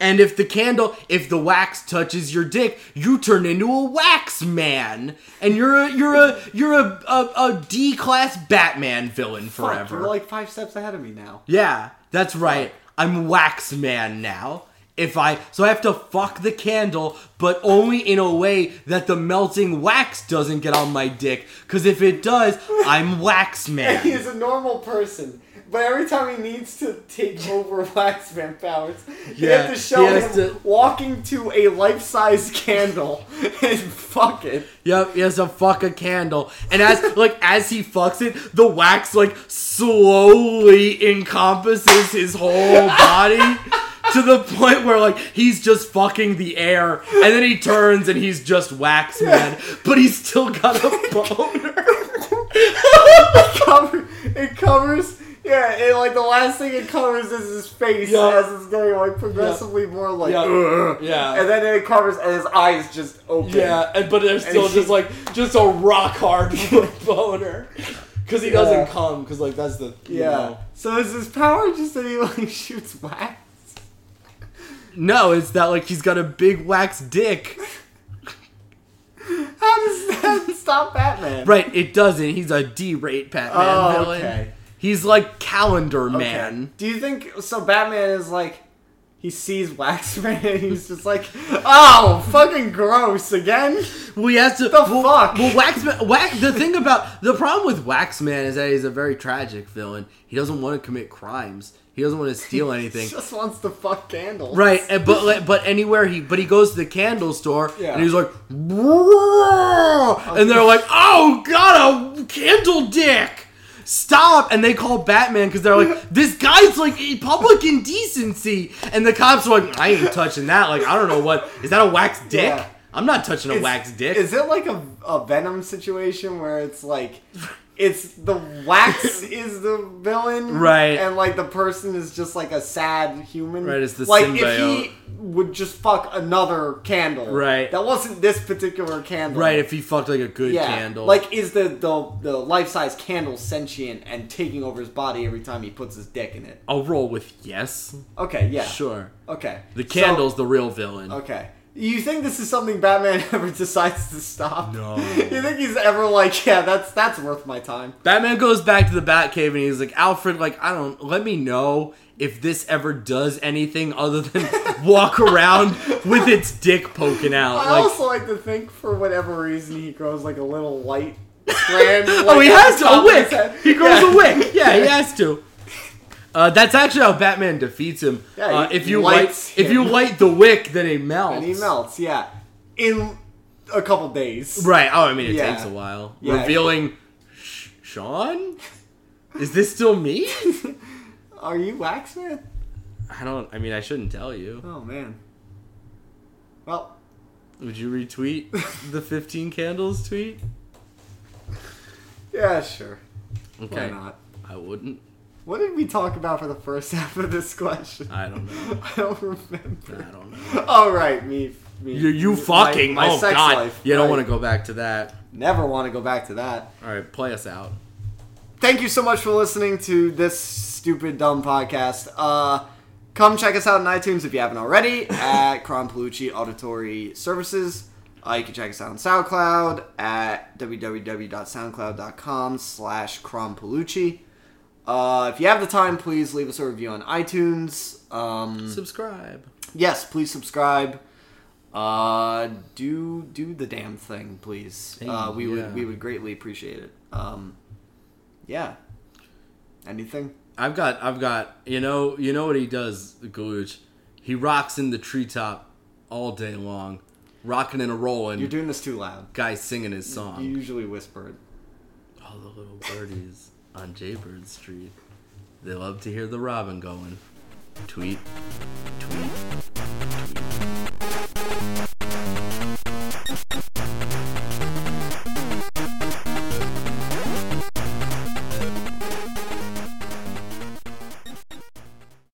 [SPEAKER 3] And if the candle, if the wax touches your dick, you turn into a wax man, and you're a you're a you're a a, a D class Batman villain
[SPEAKER 2] Fuck,
[SPEAKER 3] forever.
[SPEAKER 2] you're like five steps ahead of me now.
[SPEAKER 3] yeah, that's right. I'm wax man now. If I so I have to fuck the candle, but only in a way that the melting wax doesn't get on my dick. Cause if it does, I'm wax man.
[SPEAKER 2] He is a normal person, but every time he needs to take over Waxman powers, you
[SPEAKER 3] Yeah,
[SPEAKER 2] have to show
[SPEAKER 3] he
[SPEAKER 2] him
[SPEAKER 3] has to-
[SPEAKER 2] walking to a life-size candle and fuck it.
[SPEAKER 3] Yep, he has to fuck a candle, and as like as he fucks it, the wax like slowly encompasses his whole body to the point where like he's just fucking the air, and then he turns and he's just wax man, but he's still got a boner.
[SPEAKER 2] Cover, it covers. Yeah, and like the last thing it covers is his face
[SPEAKER 3] Yeah.
[SPEAKER 2] as it's getting like progressively more like,
[SPEAKER 1] Yeah.
[SPEAKER 2] and
[SPEAKER 1] Yeah.
[SPEAKER 2] then it covers and his eyes just open.
[SPEAKER 1] Yeah, and, but there's still
[SPEAKER 2] he-
[SPEAKER 1] just like just a rock hard boner because he
[SPEAKER 2] Yeah.
[SPEAKER 1] doesn't come because like that's the you
[SPEAKER 2] yeah.
[SPEAKER 1] know.
[SPEAKER 2] So is his power just that he like shoots wax?
[SPEAKER 3] No, it's that like he's got a big wax dick.
[SPEAKER 2] How does that stop Batman?
[SPEAKER 3] Right, it doesn't. He's a D-rate Batman
[SPEAKER 2] Oh,
[SPEAKER 3] villain.
[SPEAKER 2] okay.
[SPEAKER 3] He's like Calendar
[SPEAKER 2] Okay.
[SPEAKER 3] Man.
[SPEAKER 2] Do you think so? Batman is like he sees Waxman and he's just like, oh, fucking gross again.
[SPEAKER 3] Well, he has to.
[SPEAKER 2] The
[SPEAKER 3] well,
[SPEAKER 2] fuck?
[SPEAKER 3] Well, Waxman. Wax, the thing about the problem with Waxman is that he's a very tragic villain. He doesn't want to commit crimes. He doesn't want to steal
[SPEAKER 2] He
[SPEAKER 3] anything.
[SPEAKER 2] just wants to fuck candles.
[SPEAKER 3] Right, and, but like, but anywhere he but he goes to the candle store
[SPEAKER 2] Yeah.
[SPEAKER 3] and he's like, "Roar!" and they're like, oh god, a candle dick, stop! And they call Batman because they're like, this guy's like public indecency, and the cops are like, I ain't touching that. Like I don't know what is that a wax dick?
[SPEAKER 2] Yeah.
[SPEAKER 3] I'm not touching a wax dick.
[SPEAKER 2] Is it like a, a Venom situation where it's like. It's the wax is the villain,
[SPEAKER 3] Right.
[SPEAKER 2] And like the person is just like a sad human,
[SPEAKER 3] Right, it's the
[SPEAKER 2] like if
[SPEAKER 3] symbiote.
[SPEAKER 2] he would just fuck another candle,
[SPEAKER 3] Right.
[SPEAKER 2] That wasn't this particular candle,
[SPEAKER 3] Right, if he fucked like a good candle.
[SPEAKER 2] Like, is the the, the life size candle sentient and taking over his body every time he puts his dick in it?
[SPEAKER 3] I'll roll with yes.
[SPEAKER 2] Okay, yeah,
[SPEAKER 3] Sure.
[SPEAKER 2] Okay,
[SPEAKER 3] The
[SPEAKER 2] So-
[SPEAKER 3] candle's the real villain.
[SPEAKER 2] okay, You think this is something Batman ever decides to stop?
[SPEAKER 1] No.
[SPEAKER 2] You think he's ever like, yeah, that's that's worth my time.
[SPEAKER 3] Batman goes back to the Batcave and he's like, Alfred, like, I don't, let me know if this ever does anything other than walk around with its dick poking out.
[SPEAKER 2] I
[SPEAKER 3] Like,
[SPEAKER 2] also like to think for whatever reason he grows like a little light strand.
[SPEAKER 3] oh, he has to, a
[SPEAKER 2] win.
[SPEAKER 3] wick! He grows a wick! Yeah, he has to. Uh, that's actually how Batman defeats him.
[SPEAKER 2] Yeah,
[SPEAKER 3] uh,
[SPEAKER 2] he
[SPEAKER 3] if you light,
[SPEAKER 2] lights
[SPEAKER 3] if you
[SPEAKER 2] him.
[SPEAKER 3] light the wick, then he melts.
[SPEAKER 2] And he melts, yeah. In a couple days.
[SPEAKER 3] Right. Oh, I mean, it
[SPEAKER 2] Yeah.
[SPEAKER 3] takes a while.
[SPEAKER 2] Yeah.
[SPEAKER 3] Revealing, Sh- Sean, is this still me?
[SPEAKER 2] Are you Waxman?
[SPEAKER 3] I don't. I mean, I shouldn't tell you.
[SPEAKER 2] Oh man. Well,
[SPEAKER 3] Would you retweet the 15 candles tweet?
[SPEAKER 2] yeah, sure. Why
[SPEAKER 3] Okay.
[SPEAKER 2] not?
[SPEAKER 3] I wouldn't.
[SPEAKER 2] What did we talk about for the first half of this question?
[SPEAKER 3] I don't know.
[SPEAKER 2] I don't
[SPEAKER 3] I
[SPEAKER 2] remember.
[SPEAKER 3] don't know.
[SPEAKER 2] All right, me, me.
[SPEAKER 3] You, you
[SPEAKER 2] my-
[SPEAKER 3] fucking.
[SPEAKER 2] my
[SPEAKER 3] oh
[SPEAKER 2] sex
[SPEAKER 3] God.
[SPEAKER 2] life,
[SPEAKER 3] you don't
[SPEAKER 2] right.
[SPEAKER 3] want to go back to that.
[SPEAKER 2] Never want to go back to that.
[SPEAKER 3] All right, play us out.
[SPEAKER 2] Thank you so much for listening to this stupid dumb podcast. Uh, come check us out on iTunes if you haven't already at Cron Palucci Auditory Services. Uh, you can check us out on SoundCloud at www.soundcloud.com slash Cron Palucci. Uh, if you have the time, please leave us a review on iTunes. Um,
[SPEAKER 3] Hmm. Subscribe.
[SPEAKER 2] yes, please subscribe. Uh, do do the damn thing, please. Uh, we
[SPEAKER 3] yeah.
[SPEAKER 2] would we would greatly appreciate it. Um, yeah. Anything?
[SPEAKER 3] I've got. I've got. You know. You know what he does, Galooch. He rocks in the treetop all day long, rocking and a rolling.
[SPEAKER 2] You're doing this too loud.
[SPEAKER 3] guy singing his
[SPEAKER 2] You
[SPEAKER 3] song.
[SPEAKER 2] usually whisper it.
[SPEAKER 3] All the little birdies on Jaybird Street. They love to hear the robin going. Tweet, tweet, tweet.